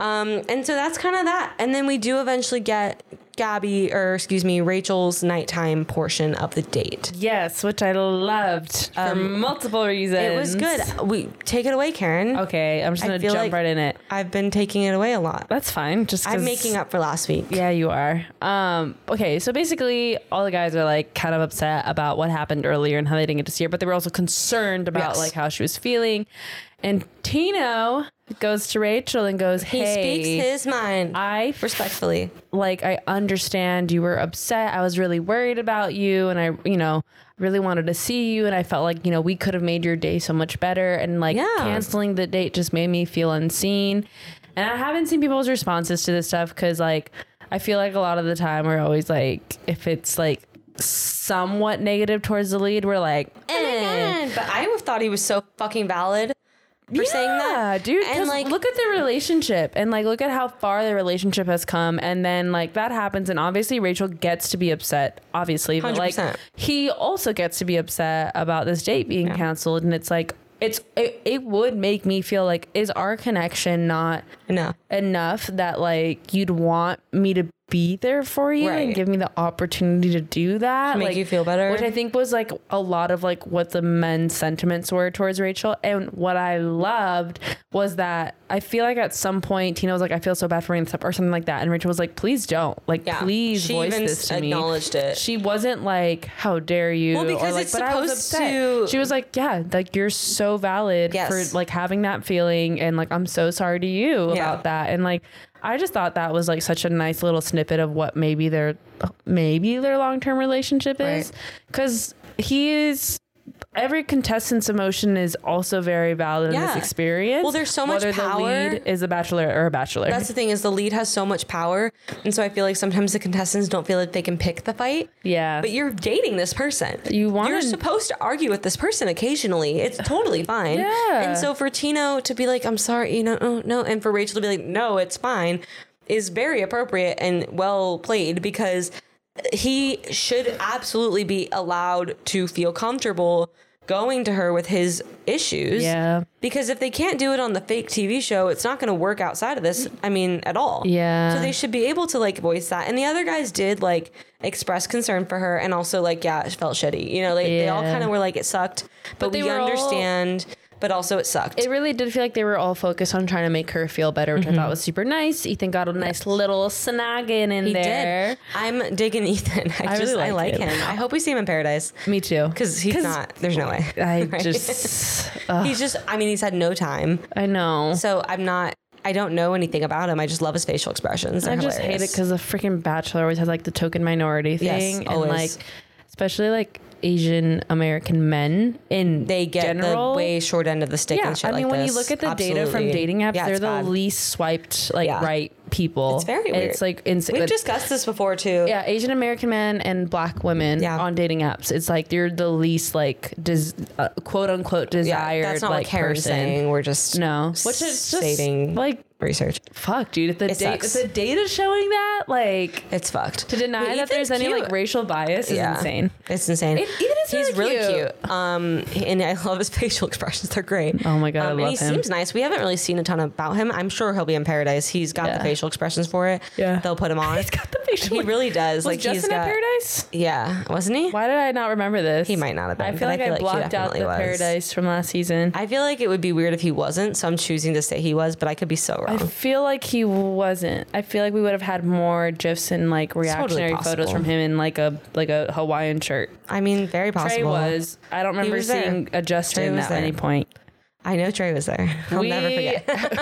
S3: um, and so that's kind of that. And then we do eventually get Gabby or excuse me Rachel's nighttime portion of the date.
S2: Yes, which I loved for multiple reasons.
S3: It was good. We take it away, Karen.
S2: Okay, I'm just
S3: I
S2: going to
S3: feel
S2: jump
S3: like-
S2: right in it.
S3: I've been taking it away a lot.
S2: That's fine. Just
S3: I'm
S2: 'cause-
S3: making up for last week.
S2: Yeah, you are. Um, okay, so basically, all the guys are like kind of upset about what happened earlier and how they didn't get to see her, but they were also concerned about
S3: Yes.
S2: like how she was feeling. And Tino goes to Rachel and goes,
S3: He
S2: "Hey,
S3: speaks his mind
S2: I
S3: respectfully.
S2: like I understand you were upset. I was really worried about you and I, you know, really wanted to see you and I felt like, you know, we could have made your day so much better and like
S3: Yeah.
S2: canceling the date just made me feel unseen. And I haven't seen people's responses to this stuff cuz like I feel like a lot of the time we're always like if it's like somewhat negative towards the lead, we're like,
S3: Oh
S2: eh.
S3: Man, but I have thought he was so fucking valid for saying that,
S2: dude.
S3: And like,
S2: look at their relationship, and like, look at how far their relationship has come. And then like that happens, and obviously Rachel gets to be upset, obviously, but like
S3: 100%.
S2: he also gets to be upset about this date being canceled, and it's like. It's it, it would make me feel like is our connection not
S3: no,
S2: enough that like you'd want me to be there for you and
S3: Right.
S2: give me the opportunity to do that
S3: make
S2: like,
S3: you feel better.
S2: which i think was like a lot of like what the men's sentiments were towards rachel and what i loved was that i feel like at some point tina was like i feel so bad for bringing this up or something like that and rachel was like please don't like
S3: Yeah.
S2: please
S3: She
S2: voice
S3: even
S2: this to
S3: acknowledged
S2: me
S3: it.
S2: she wasn't like how dare you
S3: Well,
S2: or,
S3: because
S2: like,
S3: it's
S2: "But I was
S3: supposed
S2: upset."
S3: to-
S2: she was like yeah like you're so valid
S3: Yes.
S2: for like having that feeling and like i'm so sorry to you about that and like i just thought that was like such a nice little snippet of what maybe their maybe their long-term relationship is because he is every contestant's emotion is also very valid in this
S3: Yeah.
S2: experience
S3: Well, there's so much
S2: whether
S3: power.
S2: the lead is a bachelor or a bachelor
S3: That's the thing is the lead has so much power, and so I feel like sometimes the contestants don't feel like they can pick the fight.
S2: yeah
S3: But you're dating this person.
S2: You wanna-
S3: You're supposed to argue with this person occasionally. It's totally fine.
S2: Yeah.
S3: And so for Tino to be like, "I'm sorry," you know, oh, no, and for Rachel to be like, "No, it's fine," is very appropriate and well played because he should absolutely be allowed to feel comfortable going to her with his issues.
S2: Yeah.
S3: Because if they can't do it on the fake TV show, it's not going to work outside of this. I mean, at all.
S2: Yeah.
S3: So they should be able to like voice that. And the other guys did like express concern for her and also like, yeah, it felt shitty. You know, like they all
S2: Yeah.
S3: kind of were like, it sucked, but,
S2: they
S3: we
S2: were all-
S3: understand, but also it sucked.
S2: it really did feel like they were all focused on trying to make her feel better, which I thought was super nice. Ethan got a nice little snagging in
S3: He
S2: there.
S3: did. I'm digging <laughs> Ethan. I,
S2: I
S3: just,
S2: really
S3: I like
S2: like
S3: him. I hope we see him in paradise
S2: Me <laughs> too.
S3: because he's not, there's
S2: Oh
S3: no way.
S2: <laughs> I
S3: Right?
S2: just, ugh,
S3: he's just, I mean, he's had no time.
S2: I know.
S3: So I'm not, I don't know anything about him. I just love his facial expressions.
S2: I
S3: They're
S2: just hate it
S3: hilarious.
S2: because the freaking Bachelor always has like the token minority
S3: Yes,
S2: thing, and
S3: always.
S2: like especially like Asian American men in
S3: they get
S2: general.
S3: the way short end of the stick
S2: yeah,
S3: and shit
S2: I mean,
S3: like
S2: when
S3: this.
S2: you look at the data from
S3: Absolutely.
S2: dating apps,
S3: Yeah,
S2: they're
S3: it's
S2: the
S3: bad.
S2: least swiped, like
S3: Yeah.
S2: right people.
S3: It's very
S2: And
S3: weird.
S2: It's like insane.
S3: We've discussed this before too.
S2: yeah, Asian American men and black women
S3: Yeah.
S2: on dating apps. It's like they're the least like des- uh, quote unquote desired
S3: that's not
S2: like
S3: what Karen's
S2: person.
S3: saying. We're just
S2: No, which is just
S3: stating
S2: like
S3: research.
S2: fuck, dude. If the
S3: It
S2: date, if
S3: sucks.
S2: the data's showing that, like
S3: It's fucked.
S2: to deny
S3: But
S2: that there's
S3: Ethan's
S2: any
S3: cute.
S2: like racial bias is
S3: Yeah.
S2: insane.
S3: It's insane.
S2: It, Ethan is
S3: He's really
S2: cute.
S3: cute. Um, and I love his <laughs> facial expressions. They're great.
S2: Oh my God, I
S3: Um, and
S2: love
S3: he
S2: him.
S3: seems nice. We haven't really seen a ton about him. I'm sure he'll be in paradise. He's got
S2: Yeah.
S3: the facial expressions for it.
S2: Yeah. <laughs>
S3: They'll put him on.
S2: He's got the facial.
S3: He really does.
S2: Was
S3: like
S2: Justin
S3: he's
S2: at
S3: got.
S2: Paradise?
S3: Yeah, wasn't he?
S2: Why did I not remember this?
S3: He might not have been,
S2: I feel
S3: but I
S2: like I,
S3: feel like he
S2: blocked out the
S3: definitely was.
S2: Paradise from last season.
S3: I feel like it would be weird if he wasn't, so I'm choosing to say he was, but I could be so
S2: I
S3: wrong.
S2: feel like he wasn't. I feel like we would have had more gifs and like reactionary photos
S3: possible.
S2: from him in like a like a Hawaiian shirt.
S3: I mean, very
S2: Trey
S3: possible.
S2: was. I don't remember
S3: was there.
S2: seeing a
S3: Trey
S2: Justin
S3: was
S2: at
S3: there.
S2: any point.
S3: I know Trey was there. <laughs> I'll never forget.
S2: <laughs>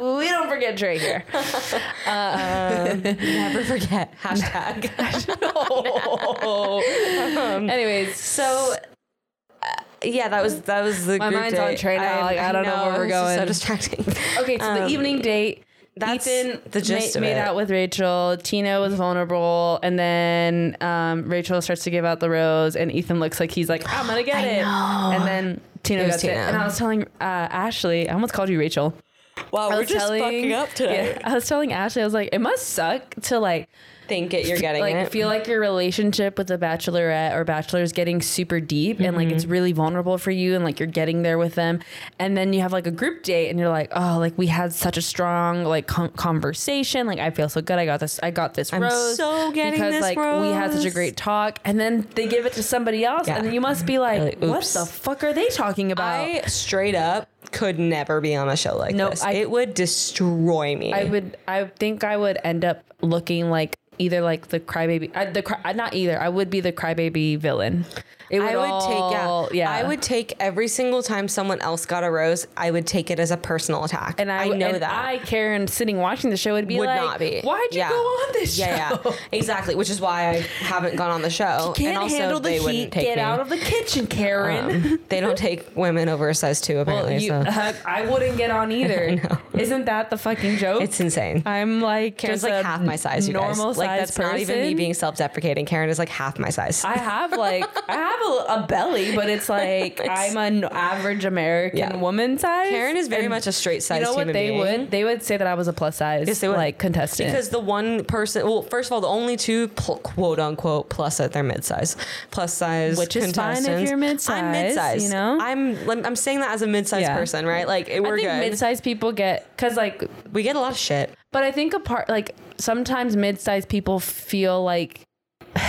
S2: we don't forget Trey
S3: <laughs>
S2: here.
S3: never forget. <laughs> Hashtag.
S2: <laughs>
S3: Um,
S2: Anyways, so
S3: So uh, yeah, that was that was the.
S2: My
S3: group
S2: mind's
S3: date.
S2: on Trey now, like, I don't know where we're
S3: this is So
S2: going.
S3: distracting. <laughs>
S2: okay, so the
S3: Um,
S2: evening date.
S3: that's
S2: Ethan
S3: the gist
S2: ma-
S3: of
S2: made
S3: it.
S2: out with Rachel. Tina was vulnerable, and then um, Rachel starts to give out the rose, and Ethan looks like he's like, "I'm gonna <gasps> get
S3: I
S2: it,"
S3: know.
S2: and then Tina
S3: It was
S2: gets it.
S3: Tina.
S2: And I was telling uh, Ashley, I almost called you Rachel.
S3: Wow,
S2: I
S3: we're
S2: was
S3: just fucking up today.
S2: yeah, I was telling Ashley, I was like, it must suck to like
S3: Think it, you're getting
S2: like
S3: it.
S2: feel like your relationship with a bachelorette or bachelor is getting super deep and like
S3: Mm-hmm.
S2: it's really vulnerable for you and like you're getting there with them and then you have like a group date and you're like oh like we had such a strong like con conversation like I feel so good I got this I got this rose
S3: so getting
S2: because
S3: this
S2: like we had such a
S3: rose.
S2: great talk and then they give it to somebody else
S3: Yeah.
S2: and you must be like,
S3: Like,
S2: what
S3: oops.
S2: the fuck are they talking about
S3: I straight up could never be on a show like
S2: Nope,
S3: this.
S2: I-
S3: it would destroy me.
S2: I would. I think I would end up looking like either like the crybaby. I, the cry, uh, not either. I would be the crybaby villain. It
S3: I would
S2: all-
S3: take yeah, I would take every single time someone else got a rose. I would take it as a personal attack,
S2: And I, would-
S3: know
S2: and
S3: that.
S2: I, Karen, sitting watching the show would be
S3: would
S2: like,
S3: not be.
S2: "Why'd you
S3: Yeah.
S2: go on this show?
S3: Yeah, yeah, <laughs> exactly. Which is why I haven't gone on the show.
S2: Can't
S3: and also,
S2: handle the
S3: they
S2: heat.
S3: wouldn't take
S2: Get
S3: me.
S2: out of the kitchen, Karen."
S3: Um, they don't take women over a size two apparently.
S2: you, <laughs> uh,
S3: so
S2: I wouldn't get
S3: <laughs>
S2: on either. Isn't that the fucking joke?
S3: it's insane.
S2: I'm like
S3: Karen's
S2: just
S3: like
S2: a
S3: half my size. You
S2: normal
S3: guys. like that's
S2: size
S3: not even me
S2: person.
S3: being self-deprecating. Karen is like half my size.
S2: I have like I have a, a belly, but it's like
S3: <laughs>
S2: I'm an average American
S3: Yeah.
S2: woman size.
S3: Karen is very
S2: And
S3: much a straight size.
S2: You know what
S3: human
S2: they
S3: being.
S2: would? They would say that I was a plus size
S3: Yes, they would.
S2: like contestant.
S3: Because the one person, well, first of all, the only two pl- quote unquote plus at their midsize, plus size,
S2: Which is fine if
S3: contestants.
S2: you're
S3: I'm
S2: midsize,
S3: midsize.
S2: you know?
S3: I'm like, I'm saying that as a midsize
S2: Yeah.
S3: person, right? Like it-
S2: I
S3: we're
S2: think
S3: good.
S2: mid-sized people get cuz like
S3: we get a lot of shit.
S2: but I think a part like sometimes mid-sized people feel like <sighs>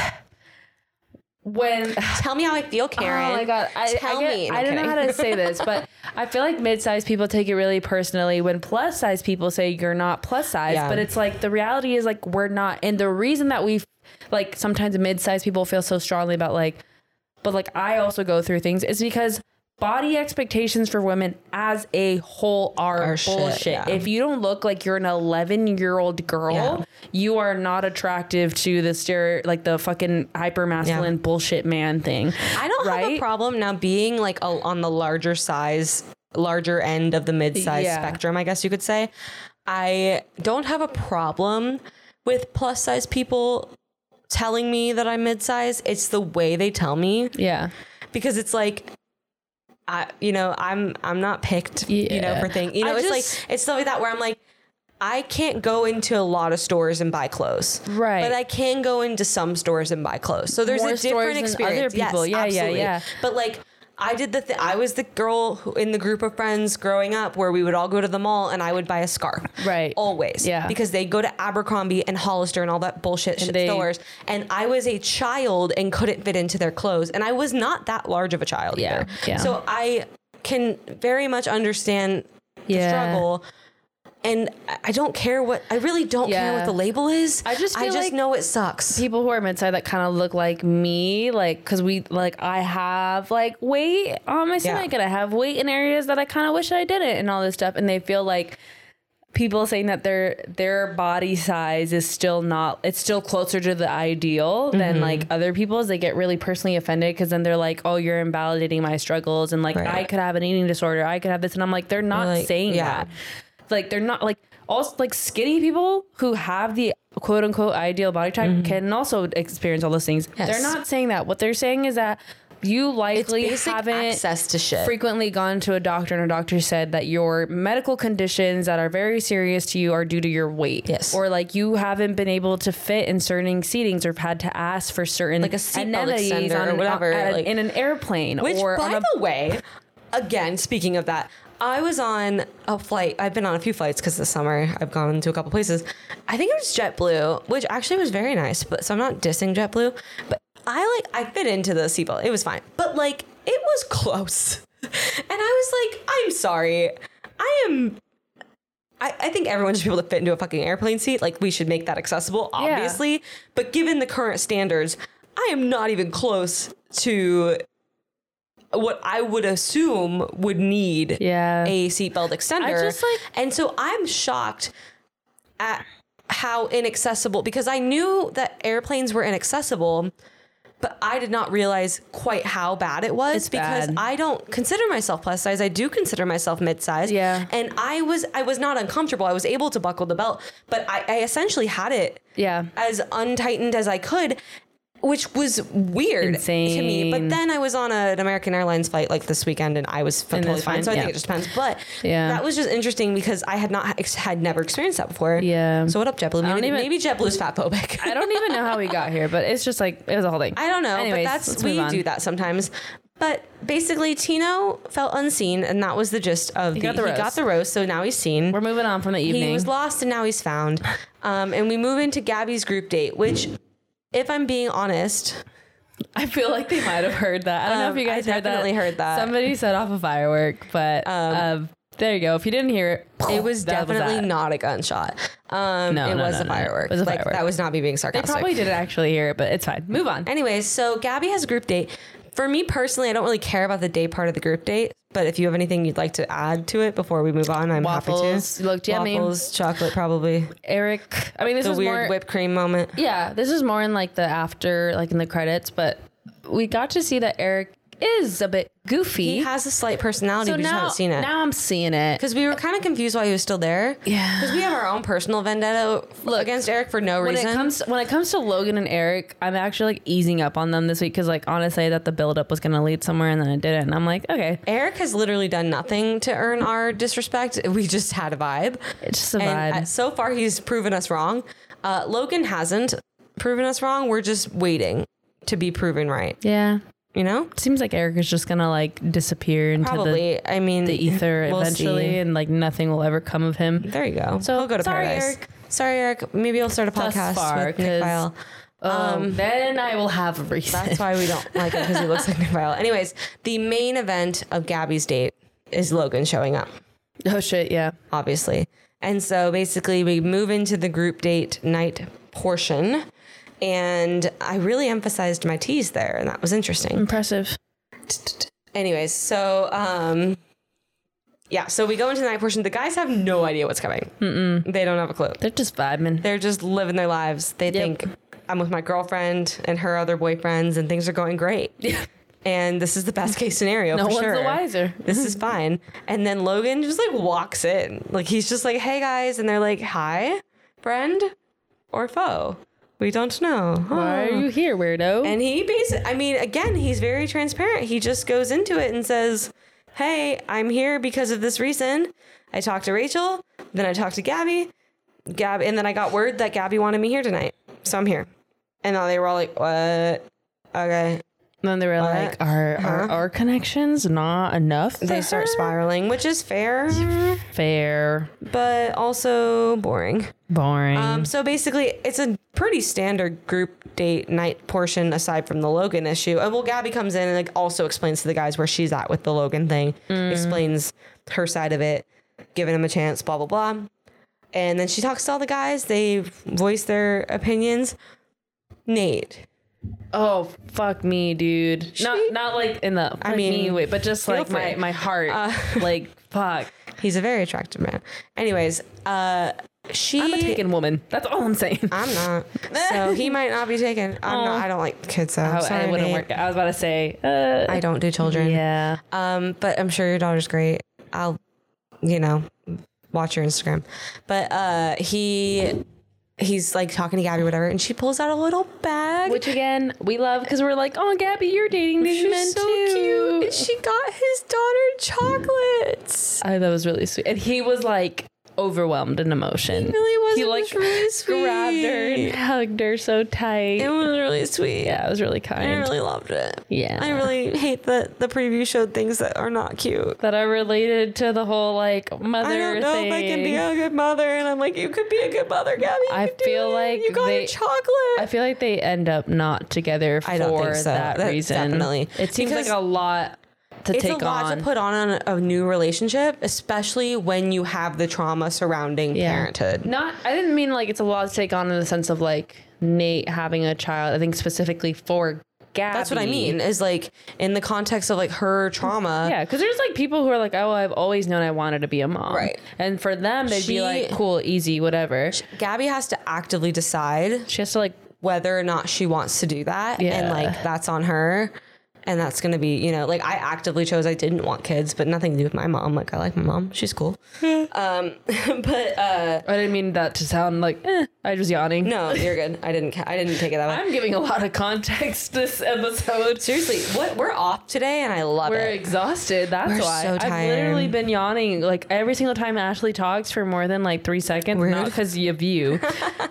S2: when
S3: Tell me how I feel, Karen.
S2: Oh my god! I,
S3: Tell
S2: I, get-
S3: me. No,
S2: I don't know
S3: kidding.
S2: how to say this,
S3: <laughs>
S2: but I feel like mid-sized people take it really personally when plus-size people say you're not plus-size.
S3: Yeah.
S2: But it's like the reality is like we're not, and the reason that we, like sometimes mid-sized people feel so strongly about like, but like I also go through things is because body expectations for women as a whole are,
S3: Are shit,
S2: bullshit.
S3: yeah.
S2: If you don't look like you're an 11 year old girl,
S3: Yeah.
S2: you are not attractive to the stereo, like the fucking hyper masculine bullshit man thing.
S3: I don't have a
S2: right?
S3: problem now being like a, on the larger size, larger end of the mid size
S2: Yeah.
S3: spectrum, I guess you could say. I don't have a problem with plus size people telling me that I'm mid size. It's the way they tell me
S2: Yeah.
S3: because it's like, I, you know, I'm I'm not picked, you know,
S2: Yeah.
S3: for things. You
S2: I
S3: know, it's
S2: just-
S3: like it's stuff like that where I'm like, I can't go into a lot of stores and buy clothes,
S2: Right.
S3: But I can go into some stores and buy clothes. So there's
S2: More
S3: a different
S2: stores than other
S3: experience.
S2: people.
S3: Yes,
S2: Yeah, yeah,
S3: absolutely.
S2: yeah.
S3: But like. I did the. Th- I was the girl who, in the group of friends growing up where we would all go to the mall and I would buy a scarf.
S2: Right.
S3: Always.
S2: Yeah.
S3: Because they go to Abercrombie and Hollister and all that bullshit shit
S2: they-
S3: stores. And I was a child and couldn't fit into their clothes. And I was not that large of a child
S2: Yeah,
S3: either.
S2: yeah.
S3: So I can very much understand the
S2: Yeah.
S3: struggle. And I- I don't care what I really don't care
S2: Yeah.
S3: what the label is.
S2: I just
S3: I
S2: feel
S3: just
S2: like
S3: know it sucks.
S2: people who are mid-sized that kind of look like me like because we like i have like weight on my stomach and i have weight in areas that i kind of wish i didn't and all this stuff and they feel like people saying that their their body size is still not it's still closer to the ideal
S3: Mm-hmm.
S2: than like other people's they get really personally offended because then they're like oh you're invalidating my struggles and like
S3: Right.
S2: i could have an eating disorder i could have this and i'm like they're not
S3: Like,
S2: saying
S3: yeah.
S2: that like they're not like also like skinny people who have the quote unquote ideal body type can also experience all those things.
S3: Mm-hmm. Yes.
S2: They're not saying that. What they're saying is that you likely
S3: basic
S2: haven't
S3: access to shit.
S2: frequently gone to a doctor and a doctor said that your medical conditions that are very serious to you are due to your weight.
S3: Yes.
S2: Or like you haven't been able to fit in certain seatings or had to ask for certain
S3: Like a seatbelt
S2: amenities
S3: extender or
S2: an-
S3: whatever,
S2: at-
S3: like-
S2: in an airplane
S3: Which,
S2: or on
S3: by
S2: a
S3: the way, again, speaking of that, I was on a flight. I've been on a few flights because this summer I've gone to a couple places. I think it was JetBlue, which actually was very nice. But so I'm not dissing JetBlue, but I like I fit into the seatbelt. It was fine, but like it was <laughs> close, and I was like, I'm sorry, I am. I, I think everyone should be able to fit into a fucking airplane seat. Like we should make that accessible, obviously. But given the current standards, I am not even close to what I would assume would need
S2: Yeah.
S3: a seatbelt extender.
S2: just, like-
S3: and so I'm shocked at how inaccessible because I knew that airplanes were inaccessible, but I did not realize quite how bad it was
S2: It's
S3: because
S2: bad.
S3: I don't consider myself plus size. I do consider myself mid size.
S2: Yeah.
S3: And I was I was not uncomfortable. I was able to buckle the belt, but I, I essentially had it
S2: Yeah.
S3: as untightened as I could, which was weird to me.
S2: Insane.
S3: But then I was on a- an American Airlines flight like this weekend, and I was f-
S2: And
S3: totally
S2: that's
S3: fine.
S2: fine,
S3: So I
S2: yeah.
S3: think it just depends. But
S2: Yeah.
S3: that was just interesting because I had not ex- had never experienced that before.
S2: Yeah.
S3: So what up, JetBlue? Maybe,
S2: even-
S3: maybe JetBlue's fat phobic.
S2: I
S3: <laughs>
S2: don't even know how we got here, but it's just like it was a whole thing.
S3: I don't know,
S2: Anyways,
S3: but that's
S2: let's move
S3: we
S2: on.
S3: do that sometimes. But basically, Tino felt unseen, and that was the gist of
S2: got the
S3: he got
S2: roast.
S3: the roast. So now he's seen.
S2: We're moving on from the evening.
S3: He was lost and now he's found. Um, and we move into Gabby's group date, which, if I'm being honest,
S2: <laughs> I feel like they might have heard that. I don't know
S3: Um,
S2: if you guys
S3: I
S2: heard that.
S3: definitely heard that.
S2: Somebody set off a firework, but um, there you go. If you didn't hear it,
S3: it was
S2: that
S3: definitely
S2: that.
S3: not a gunshot. Um,
S2: No,
S3: it,
S2: no,
S3: was
S2: no,
S3: a
S2: no.
S3: firework.
S2: It was a
S3: Like,
S2: firework.
S3: That was not me being
S2: They
S3: sarcastic.
S2: probably didn't actually hear it, but it's fine. Move on.
S3: Anyways, so Gabby has a group date. For me personally, I don't really care about the day part of the group date, but if you have anything you'd like to add to it before we move on, I'm
S2: Waffles
S3: happy to.
S2: looked yummy.
S3: Waffles, chocolate, probably.
S2: Eric, I mean, this
S3: The
S2: is
S3: weird
S2: more. E?
S3: whipped cream moment.
S2: Yeah, this is more in like the after, like in the credits, but we got to see that Eric is a bit goofy.
S3: He has a slight personality,
S2: so
S3: we just
S2: now,
S3: haven't seen it.
S2: now I'm seeing it.
S3: Because we were kind of confused why he was still there.
S2: Yeah.
S3: Because we have our own personal vendetta f-
S2: Look,
S3: against Eric for no
S2: when
S3: reason.
S2: it comes when it comes to Logan and Eric, I'm actually like easing up on them this week because like honestly, that the buildup was gonna lead somewhere and then it didn't. And I'm like, okay,
S3: Eric has literally done nothing to earn our disrespect. We just had a vibe.
S2: it's just a
S3: And uh,
S2: vibe.
S3: so far, he's proven us wrong. Uh, Logan hasn't proven us wrong. We're just waiting to be proven right.
S2: yeah,
S3: You know?
S2: seems like Eric is just gonna like disappear into the,
S3: Probably. I mean,
S2: the ether
S3: we'll
S2: eventually,
S3: see.
S2: and like nothing will ever come of him.
S3: There you go. So he'll go to
S2: sorry,
S3: paradise.
S2: Eric.
S3: Sorry, Eric. Maybe I'll start a
S2: Thus
S3: podcast
S2: far,
S3: with Nick
S2: 'cause-
S3: Vile.
S2: Um, then I will have a reason.
S3: That's why we don't like him because he looks like Nick Vile. Anyways, the main event of Gabby's date is Logan showing up.
S2: <laughs> Oh shit, yeah.
S3: obviously. And so basically, we move into the group date night portion. And I really emphasized my teas there, and that was interesting.
S2: Impressive.
S3: Anyways, so um, yeah, so we go into the night portion. The guys have no idea what's coming, Mm-mm. they don't have a clue.
S2: They're just vibing.
S3: They're just living their lives. They think I'm with my girlfriend and her other boyfriends, and things are going great. And this is the best case scenario.
S2: No
S3: for
S2: one's the
S3: sure.
S2: wiser.
S3: This is fine. And then Logan just like walks in. Like he's just like, hey guys. And they're like, hi, friend or foe? We don't know. Huh.
S2: Why are you here, weirdo?
S3: Oh. And he basically, I mean, again, he's very transparent. He just goes into it and says, Hey, I'm here because of this reason. I talked to Rachel, then I talked to Gabby, Gab, and then I got word that Gabby wanted me here tonight. So I'm here. And now they were all like, What? Okay.
S2: And then they were like, "Are are our connections not enough?" for
S3: They start
S2: her?
S3: spiraling, which is fair,
S2: <laughs> fair,
S3: but also boring.
S2: boring.
S3: Um, so basically, it's a pretty standard group date night portion aside from the Logan issue. And well, Gabby comes in and like also explains to the guys where she's at with the Logan thing,
S2: Mm.
S3: explains her side of it, giving him a chance, blah blah blah. And then she talks to all the guys. They voice their opinions. Nate,
S2: oh fuck me, dude.
S3: we-
S2: Not not like in the I
S3: mean,
S2: mean me way, but just like
S3: free. Uh,
S2: my my heart, <laughs> like fuck.
S3: he's a very attractive man. Anyways, uh, she.
S2: I'm a taken woman. That's all I'm saying.
S3: <laughs>
S2: <laughs>
S3: I'm not. So he might not be taken. I'm not. I don't like kids. So
S2: I,
S3: I'm sorry,
S2: Oh, it wouldn't
S3: Nate.
S2: work. I was about to say, uh,
S3: I don't do children.
S2: yeah,
S3: Um, but I'm sure your daughter's great. I'll, you know, watch your Instagram. But uh, he he's like talking to Gabby, or whatever, and she pulls out a little bag.
S2: Which again, we love because we're like, oh, Gabby, you're dating these men
S3: She's so
S2: too.
S3: cute. And she got his daughter chocolates.
S2: I, that was really sweet. And he was like overwhelmed in emotion. He
S3: really was.
S2: He
S3: It
S2: like
S3: was really sweet.
S2: grabbed her and hugged her so tight.
S3: It was really sweet.
S2: yeah, it was really
S3: I
S2: kind.
S3: really loved it.
S2: Yeah.
S3: I really hate that the preview showed things that are not cute.
S2: that I related to the whole like mother
S3: I don't know
S2: thing.
S3: if I can be a good mother, and I'm like, you could be a good mother, Gabby. You
S2: I
S3: could do
S2: feel
S3: it.
S2: like
S3: you got
S2: they-
S3: her chocolate.
S2: I feel like they end up not together for
S3: I don't think so.
S2: that,
S3: That-
S2: reason.
S3: definitely.
S2: It seems
S3: Because
S2: like a lot to
S3: it's
S2: take
S3: a lot
S2: on.
S3: to put on a, a new relationship, especially when you have the trauma surrounding
S2: Yeah.
S3: parenthood.
S2: Not I didn't mean like it's a lot to take on in the sense of like Nate having a child. I think specifically for Gabby.
S3: That's what I mean. Is like in the context of like her trauma.
S2: Yeah, because there's like people who are like, oh, I've always known I wanted to be a mom.
S3: Right.
S2: And for them, they'd
S3: She-
S2: be like, cool, easy, whatever. She,
S3: Gabby has to actively decide
S2: has to like,
S3: whether or not she wants to do that, and
S2: Yeah.
S3: like that's on her. And that's gonna be, you know, like I actively chose I didn't want kids, but nothing to do with my mom. Like I like my mom;
S2: <laughs>
S3: she's cool. um, <laughs> but uh,
S2: I didn't mean that to sound like, eh, I was yawning.
S3: no, you're good. I didn't. ca- I didn't take it that way.
S2: I'm giving a lot of context this episode.
S3: Seriously, what we're off today, and I love
S2: We're
S3: it.
S2: exhausted. That's
S3: We're
S2: why
S3: so
S2: I've
S3: tired.
S2: literally been yawning like every single time Ashley talks for more than like three seconds. Not
S3: Rude.
S2: because of
S3: <laughs>
S2: you.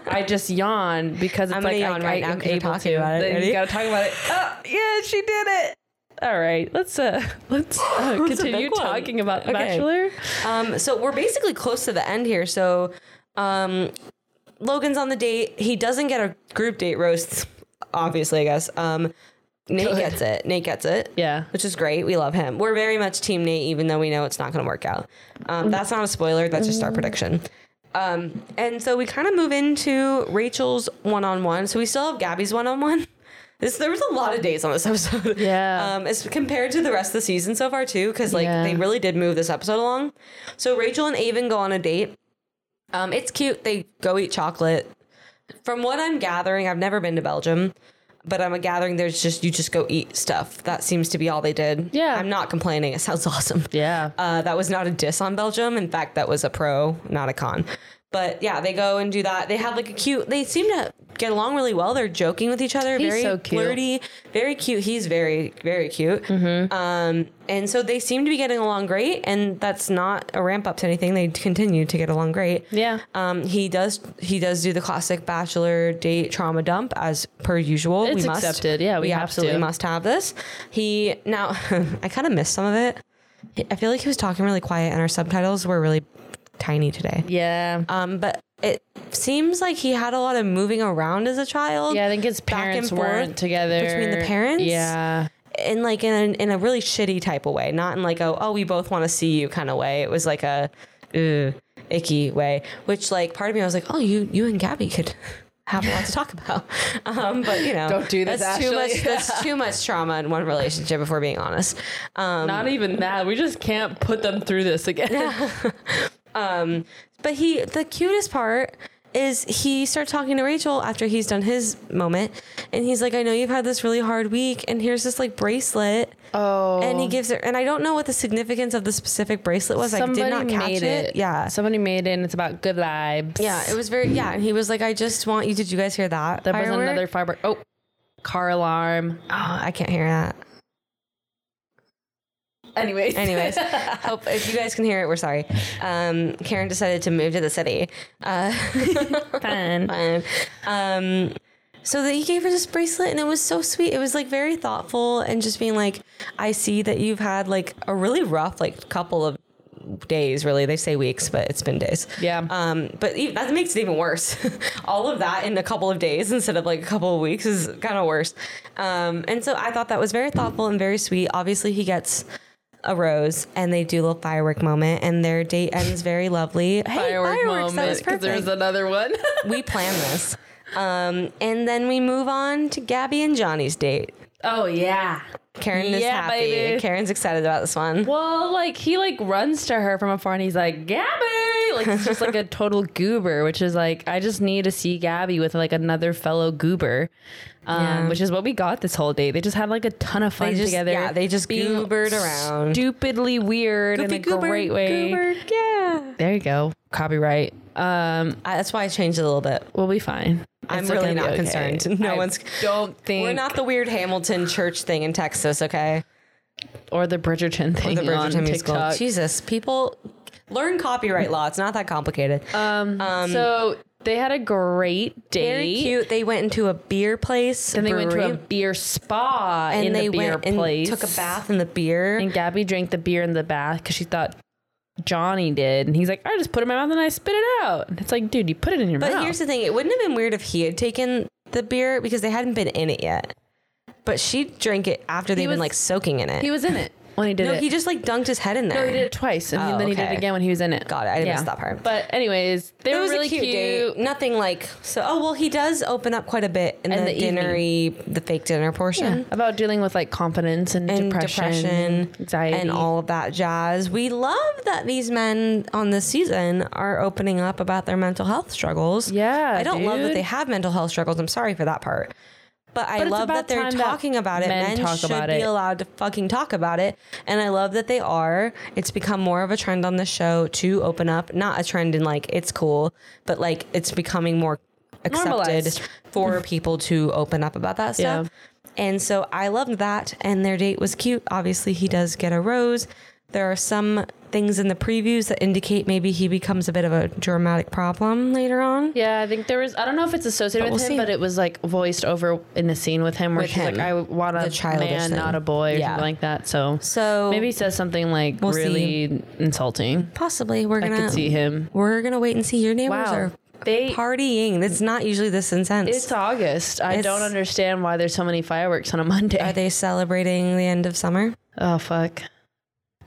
S2: I just yawn because it's
S3: I'm
S2: like
S3: gonna
S2: I-
S3: yawn right
S2: I
S3: now
S2: am
S3: 'cause we're
S2: able
S3: talking
S2: to.
S3: about it.
S2: Then you
S3: Ready?
S2: gotta talk
S3: <laughs>
S2: about it. Oh, yeah, she did it. All right, let's uh let's
S3: <laughs>
S2: uh,
S3: That's a
S2: continue
S3: big one.
S2: talking about The
S3: Okay.
S2: Bachelor.
S3: Um, so we're basically close to the end here. So, um, Logan's on the date. He doesn't get a group date roast, obviously. I guess. Um, Nate gets it. Nate gets it.
S2: Yeah.
S3: which is great. We love him. We're very much Team Nate, even though we know it's not going to work out. Um, that's not a spoiler. That's just our prediction. Um, and so we kind of move into Rachel's one-on-one. So we still have Gabby's one-on-one. <laughs> This there was a lot of dates on this episode.
S2: Yeah.
S3: Um, as compared to the rest of the season so far too, because like
S2: Yeah.
S3: they really did move this episode along. So Rachel and Avon go on a date. Um, it's cute. They go eat chocolate. From what I'm gathering, I've never been to Belgium, but I'm gathering there's just you just go eat stuff. That seems to be all they did.
S2: Yeah.
S3: I'm not complaining. It sounds <laughs> awesome.
S2: Yeah.
S3: Uh, that was not a diss on Belgium. In fact, that was a pro, not a con. But yeah, they go and do that. They have like a cute. They seem to get along really well. They're joking with each other.
S2: He's
S3: very
S2: so cute.
S3: flirty. Very cute. He's very very cute.
S2: Mm-hmm.
S3: Um, and so they seem to be getting along great. And that's not a ramp up to anything. They continue to get along great.
S2: Yeah.
S3: Um, he does he does do the classic bachelor date trauma dump as per usual.
S2: It's
S3: we must,
S2: accepted. Yeah, we have
S3: absolutely
S2: to.
S3: must have this. He now <laughs> I kind of missed some of it. I feel like he was talking really quiet, and our subtitles were really tiny today.
S2: yeah.
S3: Um, but it seems like he had a lot of moving around as a child.
S2: yeah, I think his
S3: back and
S2: parents
S3: forth
S2: weren't together.
S3: between the parents.
S2: Yeah.
S3: in like in a, in a really shitty type of way, not in like a oh we both want to see you kind of way. It was like a "Ugh, icky way, which like part of me I was like oh you you and Gabby could <laughs> have a lot to talk about, <laughs> um, but you know
S2: Don't do this,
S3: That's too
S2: Ashley. <laughs>
S3: much. That's too much trauma in one relationship. If we're being honest, um,
S2: Not even that. We just can't put them through this again.
S3: Um, but he, the cutest part is he starts talking to Rachel after he's done his moment, and he's like, "I know you've had this really hard week, and here's this like bracelet."
S2: Oh.
S3: And he gives her, and I don't know what the significance of the specific bracelet was. I did not catch
S2: made
S3: it. Yeah.
S2: Somebody made it and it's about good vibes.
S3: yeah, it was very yeah, and he was like, "I just want you." Did you guys hear that?
S2: There was
S3: firework? <gasps>
S2: another fiber. Oh, car alarm.
S3: Oh, I can't hear that.
S2: Anyways. <laughs>
S3: <laughs> Anyways, hope if you guys can hear it, we're sorry. Um, Karen decided to move to the city. Uh, <laughs>
S2: Fun.
S3: fun. Um, so that he gave her this bracelet, and it was so sweet. It was like very thoughtful, and just being like, "I see that you've had like a really rough like couple of days. Really, they say weeks, but it's been days.
S2: Yeah.
S3: Um, but even, that makes it even worse. <laughs> All of that in a couple of days instead of like a couple of weeks is kind of worse. Um, and so I thought that was very thoughtful and very sweet. Obviously, he gets a rose, and they do a little firework moment, and their date ends very lovely. Hey,
S2: Firework
S3: fireworks! That was
S2: moment. 'cause
S3: perfect
S2: There's another one. <laughs>
S3: we plan this. Um, and then we move on to Gabby and Johnny's date.
S2: oh, yeah.
S3: Karen is
S2: Yeah,
S3: happy.
S2: baby.
S3: Karen's excited about this one.
S2: Well, like he like runs to her from afar and he's like, Gabby. Like it's just
S3: <laughs>
S2: like a total goober, which is like I just need to see Gabby with like another fellow goober, um,
S3: Yeah.
S2: which is what we got this whole day. They just had like a ton of fun
S3: They just-
S2: together.
S3: yeah, they just
S2: being
S3: goobered around.
S2: stupidly weird in a great way.
S3: yeah.
S2: There you go. Copyright. Um,
S3: I, that's why I changed it a little bit.
S2: we'll be fine.
S3: I'm
S2: It's gonna
S3: really
S2: be
S3: not
S2: okay.
S3: concerned. No
S2: I
S3: one's.
S2: don't think
S3: We're not the weird Hamilton church thing in Texas, okay?
S2: or the Bridgerton thing
S3: The
S2: on
S3: Bridgerton musical.
S2: TikTok.
S3: Jesus, people learn copyright law. It's not that complicated.
S2: Uh, Um, so they had a great day.
S3: um, Very cute. They went into a beer place.
S2: Then they went to a beer spa
S3: and
S2: in
S3: they
S2: the beer
S3: went and
S2: place.
S3: took a bath in the beer.
S2: And Gabby drank the beer in the bath because she thought Johnny did. And he's like, I just put it in my mouth and I spit it out. And it's like, dude, you put it in your
S3: But
S2: mouth.
S3: here's the thing: it wouldn't have been weird if he had taken the beer because they hadn't been in it yet. But she drank it after they'd
S2: was-
S3: been like soaking in it.
S2: he was in it when he did
S3: no,
S2: it.
S3: he just like dunked his head in there.
S2: No, he did it twice, and he-
S3: Oh,
S2: then he did
S3: okay.
S2: it again when he was in it.
S3: Got it. I missed that part.
S2: But anyways, they
S3: It
S2: were
S3: was
S2: really
S3: a cute,
S2: cute.
S3: date. Nothing like so. Oh well, he does open up quite a bit in
S2: And
S3: the,
S2: the
S3: dinnery, the fake dinner portion.
S2: Yeah, about dealing with like confidence and,
S3: Mm-hmm. and
S2: depression, anxiety,
S3: and all of that jazz. We love that these men on this season are opening up about their mental health struggles.
S2: Yeah,
S3: I don't love that
S2: dude.
S3: they have mental health struggles. I'm sorry for that part. But I
S2: But it's
S3: love
S2: about
S3: that they're
S2: time that
S3: talking about it.
S2: men
S3: Men,
S2: talk
S3: should
S2: about
S3: be
S2: it.
S3: allowed to fucking talk about it. And I love that they are. It's become more of a trend on the show to open up. Not a trend in like it's cool, but like it's becoming more accepted
S2: Normalized.
S3: for people to open up about that stuff. And so I loved that. And their date was cute. Obviously, he does get a rose. There are some things in the previews that indicate maybe he becomes a bit of a dramatic problem later on.
S2: Yeah, I think there was. I don't know if it's associated
S3: But
S2: with
S3: we'll
S2: him,
S3: see.
S2: but it was like voiced over in the scene with him where
S3: With
S2: she's
S3: him.
S2: like, "I want a
S3: The childish
S2: man,
S3: thing.
S2: not a boy," or
S3: Yeah.
S2: something like that. So,
S3: So-
S2: maybe he says something like
S3: We'll
S2: really insulting.
S3: Possibly, we're
S2: I
S3: gonna
S2: could see him.
S3: We're gonna wait and see. Your neighbors
S2: Wow.
S3: are
S2: They-
S3: partying. It's not usually this intense.
S2: It's August. I
S3: It's-
S2: don't understand why there's so many fireworks on a
S3: are
S2: Monday.
S3: they celebrating the end of summer?
S2: <laughs> oh fuck.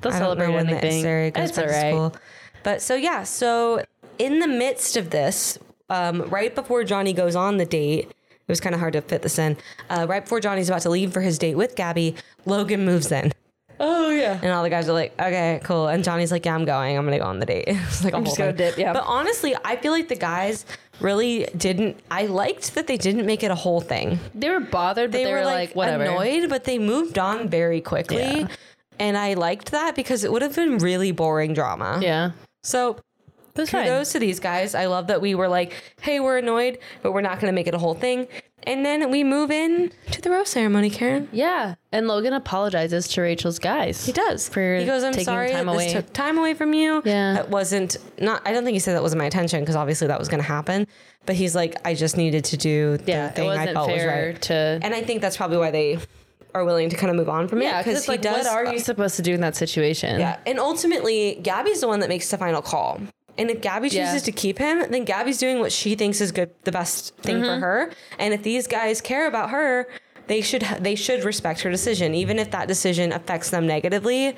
S2: They'll
S3: I don't know
S2: celebrate
S3: when that
S2: anything.
S3: Sarah goes
S2: It's
S3: back to
S2: alright.
S3: school. But so yeah, so in the midst of this, um, right before Johnny goes on the date, it was kind of hard to fit this in. Uh, right before Johnny's about to leave for his date with Gabby, Logan moves in,
S2: Oh yeah.
S3: and all the guys are like, "Okay, cool." And Johnny's like, "Yeah, I'm going. I'm gonna go on the date." <laughs> it's like a
S2: I'm
S3: whole
S2: just gonna
S3: thing.
S2: dip, yeah.
S3: But honestly, I feel like the guys really didn't. I liked that they didn't make it a whole thing
S2: They were bothered, but they, were, like, whatever.
S3: annoyed, but they moved on very quickly.
S2: Yeah.
S3: And I liked that because it would have been really boring drama.
S2: Yeah.
S3: So
S2: It was fine.
S3: kudos to these guys. I love that we were like, hey, we're annoyed, but we're not going to make it a whole thing. And then we move in to the rose ceremony, Karen.
S2: Yeah, and Logan apologizes to Rachel's guys.
S3: He does.
S2: For
S3: he goes, I'm
S2: taking
S3: sorry
S2: time
S3: that
S2: away."
S3: this took time away from you.
S2: Yeah.
S3: That wasn't, not, I don't think he said that wasn't my intention because obviously that was going to happen. But he's like, I just needed to do the
S2: Yeah, it
S3: thing I
S2: wasn't
S3: felt was
S2: fair
S3: right.
S2: to
S3: And I think that's probably why they are willing to kind of move on from
S2: Yeah,
S3: it because
S2: because
S3: he
S2: like,
S3: does.
S2: what are you supposed to do in that situation?
S3: yeah, and ultimately, Gabby's the one that makes the final call. And if Gabby
S2: Yeah.
S3: chooses to keep him, then Gabby's doing what she thinks is good, the best thing
S2: Mm-hmm.
S3: for her. And if these guys care about her, they should they should respect her decision, even if that decision affects them negatively.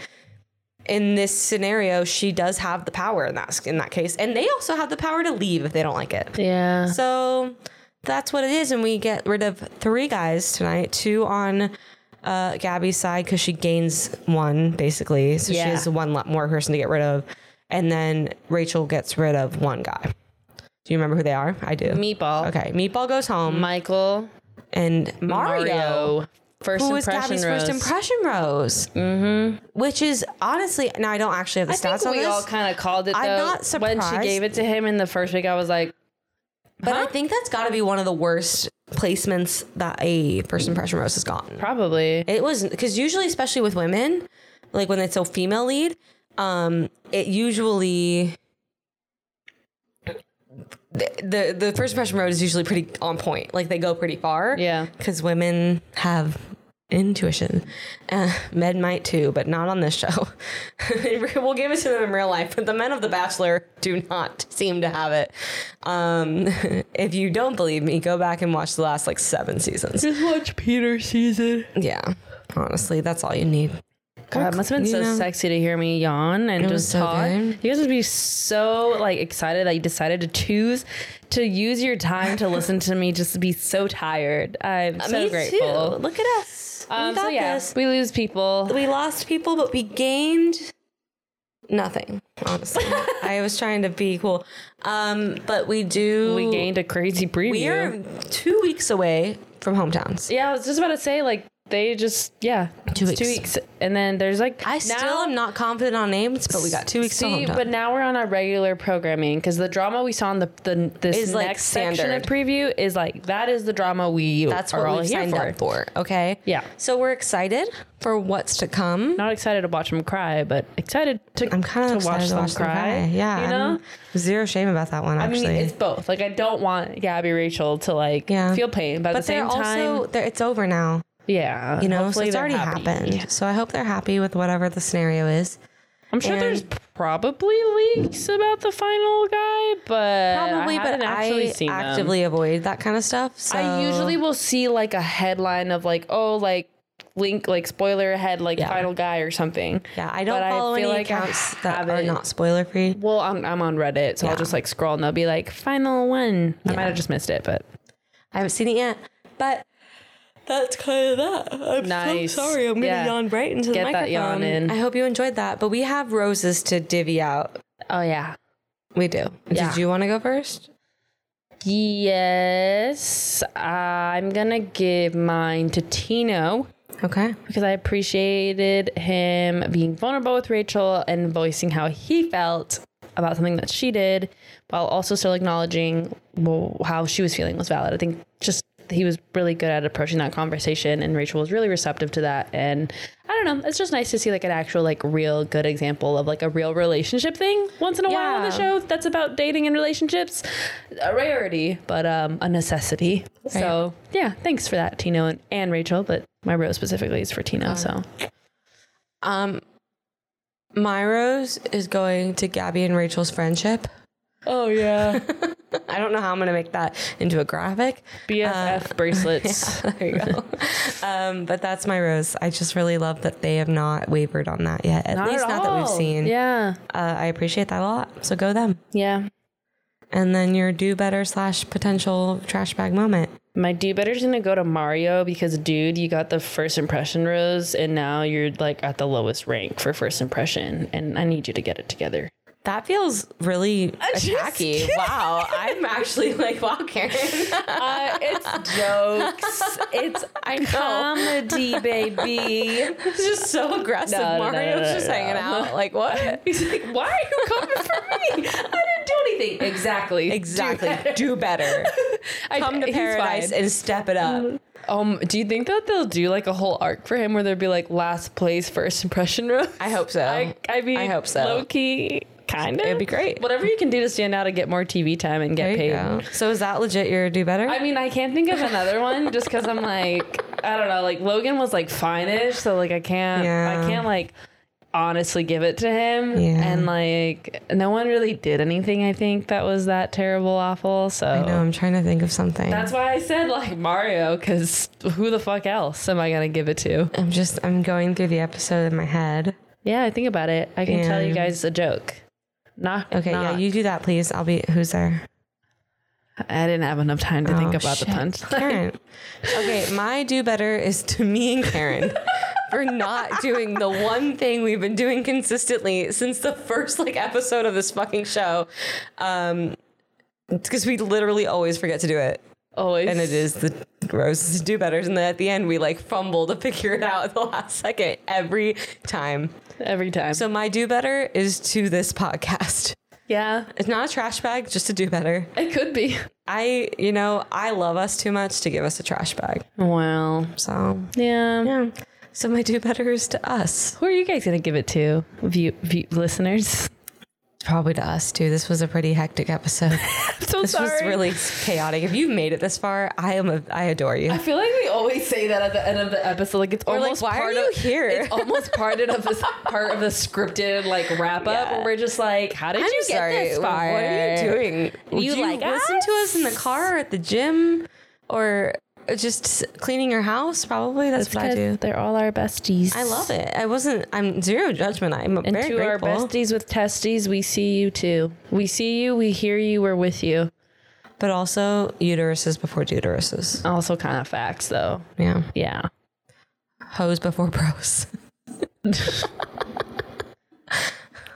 S3: In this scenario, she does have the power in that in that case, and they also have the power to leave if they don't like it.
S2: Yeah.
S3: So that's what it is. And we get rid of three guys tonight two on uh, Gabby's side because she gains one, basically. So
S2: Yeah.
S3: she has one lot more person to get rid of. And then Rachel gets rid of one guy. Do you remember who they are? I do.
S2: Meatball.
S3: Okay. Meatball goes home.
S2: Michael.
S3: and Mario.
S2: Mario. First
S3: Who was
S2: impression
S3: Gabby's
S2: rose.
S3: first impression rose? Mm-hmm. Which is honestly, now I don't actually have the
S2: I
S3: stats
S2: think
S3: on
S2: we
S3: this.
S2: all kind of called it though.
S3: I'm not
S2: When she
S3: surprised.
S2: gave it to him in the first week, I was like,
S3: but I think that's got to be one of the worst placements that a first impression rose has gotten.
S2: probably.
S3: It was because usually, especially with women, like when it's a female lead, um, it usually the, the the first impression road is usually pretty on point. Like they go pretty far.
S2: Yeah.
S3: because women have intuition. Uh, men might too, but not on this show. <laughs> we'll give it to them in real life, but the men of The Bachelor do not seem to have it. Um, <laughs> if you don't believe me, go back and watch the last like seven seasons.
S2: Just watch Peter season.
S3: Yeah, honestly, that's all you need.
S2: God, it must have been
S3: You
S2: so
S3: know.
S2: sexy to hear me yawn and
S3: was
S2: just
S3: so
S2: talk.
S3: good.
S2: You guys would be so like excited that you decided to choose to use your time to listen to me just be so tired. I'm so
S3: Uh, Me
S2: grateful.
S3: too. Look at us.
S2: Um,
S3: we got
S2: so yeah,
S3: this.
S2: we lose people.
S3: We lost people, but we gained Nothing,
S2: <laughs>
S3: honestly. I was trying to be cool. Um, but we do.
S2: We gained a crazy preview.
S3: We are two weeks away from hometowns.
S2: Yeah, I was just about to say like they just yeah
S3: Two
S2: it's two
S3: weeks.
S2: weeks and then there's like
S3: I still am not confident on names, but we got two weeks
S2: See,
S3: till hometown.
S2: but now we're on our regular programming because the drama we saw in the, the this
S3: Is, like,
S2: next section of
S3: standard.
S2: preview is like that is the drama we
S3: That's
S2: are
S3: what
S2: all
S3: we
S2: here
S3: signed
S2: for.
S3: up for. Okay.
S2: Yeah.
S3: So we're excited for what's to come.
S2: Not excited to watch them cry, but excited to
S3: I'm kind of
S2: to
S3: excited
S2: watch
S3: to
S2: them
S3: watch them
S2: cry.
S3: cry. Yeah.
S2: you
S3: I'm
S2: know.
S3: zero shame about that one.
S2: I mean,
S3: Actually.
S2: it's both. Like, I don't want Gabby Rachel to like
S3: Yeah.
S2: feel pain, but, at
S3: but
S2: the same
S3: they're also
S2: time,
S3: they're, it's over now.
S2: yeah,
S3: You know, so
S2: hopefully
S3: it's
S2: they're
S3: already
S2: happy.
S3: happened. So I hope they're happy with whatever the scenario is.
S2: I'm sure
S3: And-
S2: there's probably leaks about the final guy, but
S3: Probably,
S2: I
S3: but
S2: haven't actually
S3: I
S2: seen them.
S3: actively avoid that kind of stuff. So
S2: I usually will see like a headline of like, oh, like link, like spoiler ahead, like
S3: Yeah.
S2: final guy or something.
S3: yeah, I don't
S2: but I
S3: follow
S2: feel
S3: any
S2: like I
S3: accounts that are
S2: haven't-
S3: not spoiler free.
S2: Well, I'm, I'm on Reddit, so I'll
S3: Yeah.
S2: just like scroll and they'll be like, final one. I might have just missed it, but
S3: I haven't seen it yet, but that's kind of that. I'm
S2: Nice.
S3: so sorry. I'm gonna
S2: Yeah.
S3: yawn right into the
S2: Get
S3: microphone.
S2: that yawn in.
S3: I hope you enjoyed that. But we have roses to divvy out.
S2: oh yeah.
S3: We do.
S2: Yeah.
S3: Did you want to go first?
S2: Yes, I'm gonna give mine to Tino
S3: Okay.
S2: because I appreciated him being vulnerable with Rachel and voicing how he felt about something that she did while also still acknowledging well, how she was feeling was valid. I think just he was really good at approaching that conversation and Rachel was really receptive to that and I don't know, it's just nice to see like an actual like real good example of like a real relationship thing once in a while on the
S3: Yeah.
S2: show that's about dating and relationships. A rarity, but um a necessity. So, yeah, thanks for that Tino and, and Rachel, but my rose specifically is for Tino, so
S3: Um, my rose is going to Gabby and Rachel's friendship.
S2: Oh <laughs> yeah.
S3: <laughs> I don't know how I'm gonna make that into a graphic.
S2: BFF
S3: <laughs>
S2: bracelets.
S3: There you
S2: <laughs>
S3: go. um, but that's my rose. I just really love that they have not wavered on that yet. At least
S2: at
S3: not that we've
S2: all.
S3: seen.
S2: Yeah.
S3: Uh, I appreciate that a lot. So go them.
S2: Yeah.
S3: And then your do better slash potential trash bag moment.
S2: My do better's gonna go to Mario because dude, you got the first impression rose and now you're like at the lowest rank for first impression and I need you to get it together.
S3: That feels really
S2: just
S3: attacky. Wow. I'm actually like, wow,
S2: <laughs>
S3: Karen.
S2: Uh, it's jokes. It's <laughs> I comedy, <laughs> baby.
S3: It's just so aggressive.
S2: No, no, no, no,
S3: Mario's
S2: no,
S3: just
S2: no.
S3: hanging out.
S2: <laughs>
S3: Like, what?
S2: He's like, why are you coming for me? I didn't do anything. <laughs> Exactly.
S3: Exactly.
S2: <laughs>
S3: Do better.
S2: I,
S3: Come to
S2: he's
S3: paradise
S2: fine.
S3: and step it up.
S2: Um, do you think that they'll do like a whole arc for him where there'd be like last place first impression rose?
S3: I hope so.
S2: I, I mean,
S3: Um, I hope so.
S2: Low key, kind of.
S3: It'd be great.
S2: Whatever you can do to stand out and get more TV time and
S3: There
S2: get
S3: you
S2: paid.
S3: go. So is that legit your do better?
S2: I mean, I can't think of another one just because I'm like, I don't know. Like Logan was like fine-ish, so like I can't,
S3: Yeah.
S2: I can't like honestly give it to him.
S3: Yeah.
S2: And like, no one really did anything. I think that was that terrible, awful. So
S3: I know, I'm trying to think of something.
S2: that's why I said like Mario, because who the fuck else am I gonna give it to?
S3: I'm just I'm going through the episode in my head.
S2: Yeah, I think about it. I can tell you
S3: And-
S2: guys a joke. Knock.
S3: Okay, yeah,
S2: knock.
S3: you do that, please. I'll be who's
S2: <laughs>
S3: there?
S2: I didn't have enough time to think
S3: Oh,
S2: about the
S3: shit. <laughs>
S2: punchline.
S3: Karen. okay, my do better is to me and
S2: <laughs>
S3: Karen for not doing the one thing we've been doing consistently since the first like episode of this fucking show. Um because we literally always forget to do it.
S2: Always.
S3: And it is the roses do betters. And then at the end, we like fumble to figure it out at the last second every time.
S2: every time.
S3: So my do better is to this podcast. <laughs>
S2: yeah,
S3: It's not a trash bag, just to do better.
S2: it could be.
S3: I, you know, I love us too much to give us a trash bag.
S2: Well,
S3: So,
S2: yeah.
S3: yeah. So my do better is to us.
S2: Who are you guys gonna give it to, view, view listeners?
S3: Probably to us too. This was a pretty hectic <laughs> episode.
S2: I'm so
S3: This was really chaotic. If you've made it this far, I am a, I adore you.
S2: I feel like we always say that at the end of the episode. Like it's
S3: like,
S2: almost
S3: "Why are
S2: part
S3: you
S2: of
S3: here?" <laughs>
S2: It's almost part of this part of the scripted like wrap up
S3: Yeah.
S2: where we're just like, how did you get this far?
S3: What are you doing?
S2: You
S3: Do
S2: like
S3: listen to us in the car or at the gym or just s- cleaning your house? Probably that's, what I do.
S2: They're all our besties.
S3: I love it. I wasn't. I'm zero judgment. I'm
S2: And
S3: very
S2: to
S3: grateful.
S2: our besties with testies, we see you too. We see you, we hear you, we're with you.
S3: But also uteruses before deuteruses.
S2: Also, kind of facts though.
S3: Yeah,
S2: Yeah.
S3: hoes before bros.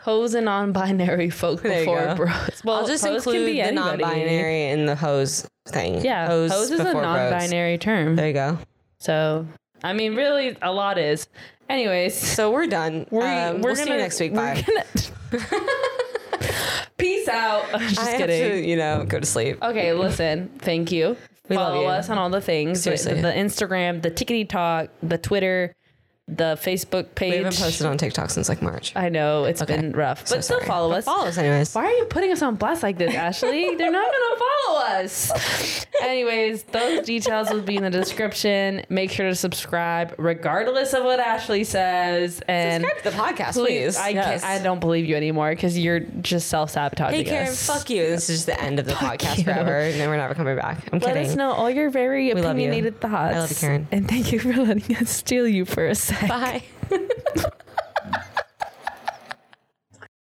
S2: Hoes and non-binary folk
S3: There you
S2: before
S3: go.
S2: bros. Well,
S3: I'll just
S2: hoes can
S3: include
S2: be
S3: the
S2: anybody.
S3: non-binary in the hose thing.
S2: Yeah,
S3: hose,
S2: hose, is a
S3: before bros.
S2: non-binary term.
S3: There you go.
S2: So, I mean, really, a lot is. Anyways,
S3: So we're done.
S2: we,
S3: We're, um,
S2: we're
S3: we'll
S2: gonna,
S3: see you next week.
S2: we're <laughs>
S3: Bye.
S2: gonna- Peace out. I'm just
S3: <laughs> I
S2: kidding.
S3: have to, you know, go to sleep.
S2: Okay, listen. Thank you.
S3: We love
S2: Follow
S3: you.
S2: us on all the things. The,
S3: Seriously.
S2: the Instagram, the tickety talk, the Twitter, the Facebook page.
S3: We haven't posted on TikTok since like March.
S2: I know it's
S3: Okay.
S2: been rough, but
S3: So
S2: still
S3: sorry.
S2: follow
S3: But
S2: us.
S3: Follow us anyways.
S2: Why are you putting us on blast like this, Ashley? They're not gonna follow us. Anyways, those details will be in the description. Make sure to subscribe, regardless of what Ashley says. And
S3: Subscribe to the podcast, please.
S2: I can't,
S3: Yes.
S2: I don't believe you anymore because you're just self sabotaging.
S3: Hey Karen,
S2: us.
S3: fuck you. This is the end of the podcast
S2: you.
S3: forever, and then we're never coming back. I'm
S2: Let
S3: kidding.
S2: us know all your very
S3: love you.
S2: opinionated thoughts.
S3: <laughs> I love you, Karen.
S2: And thank you for letting us steal you for a sec.
S3: Bye.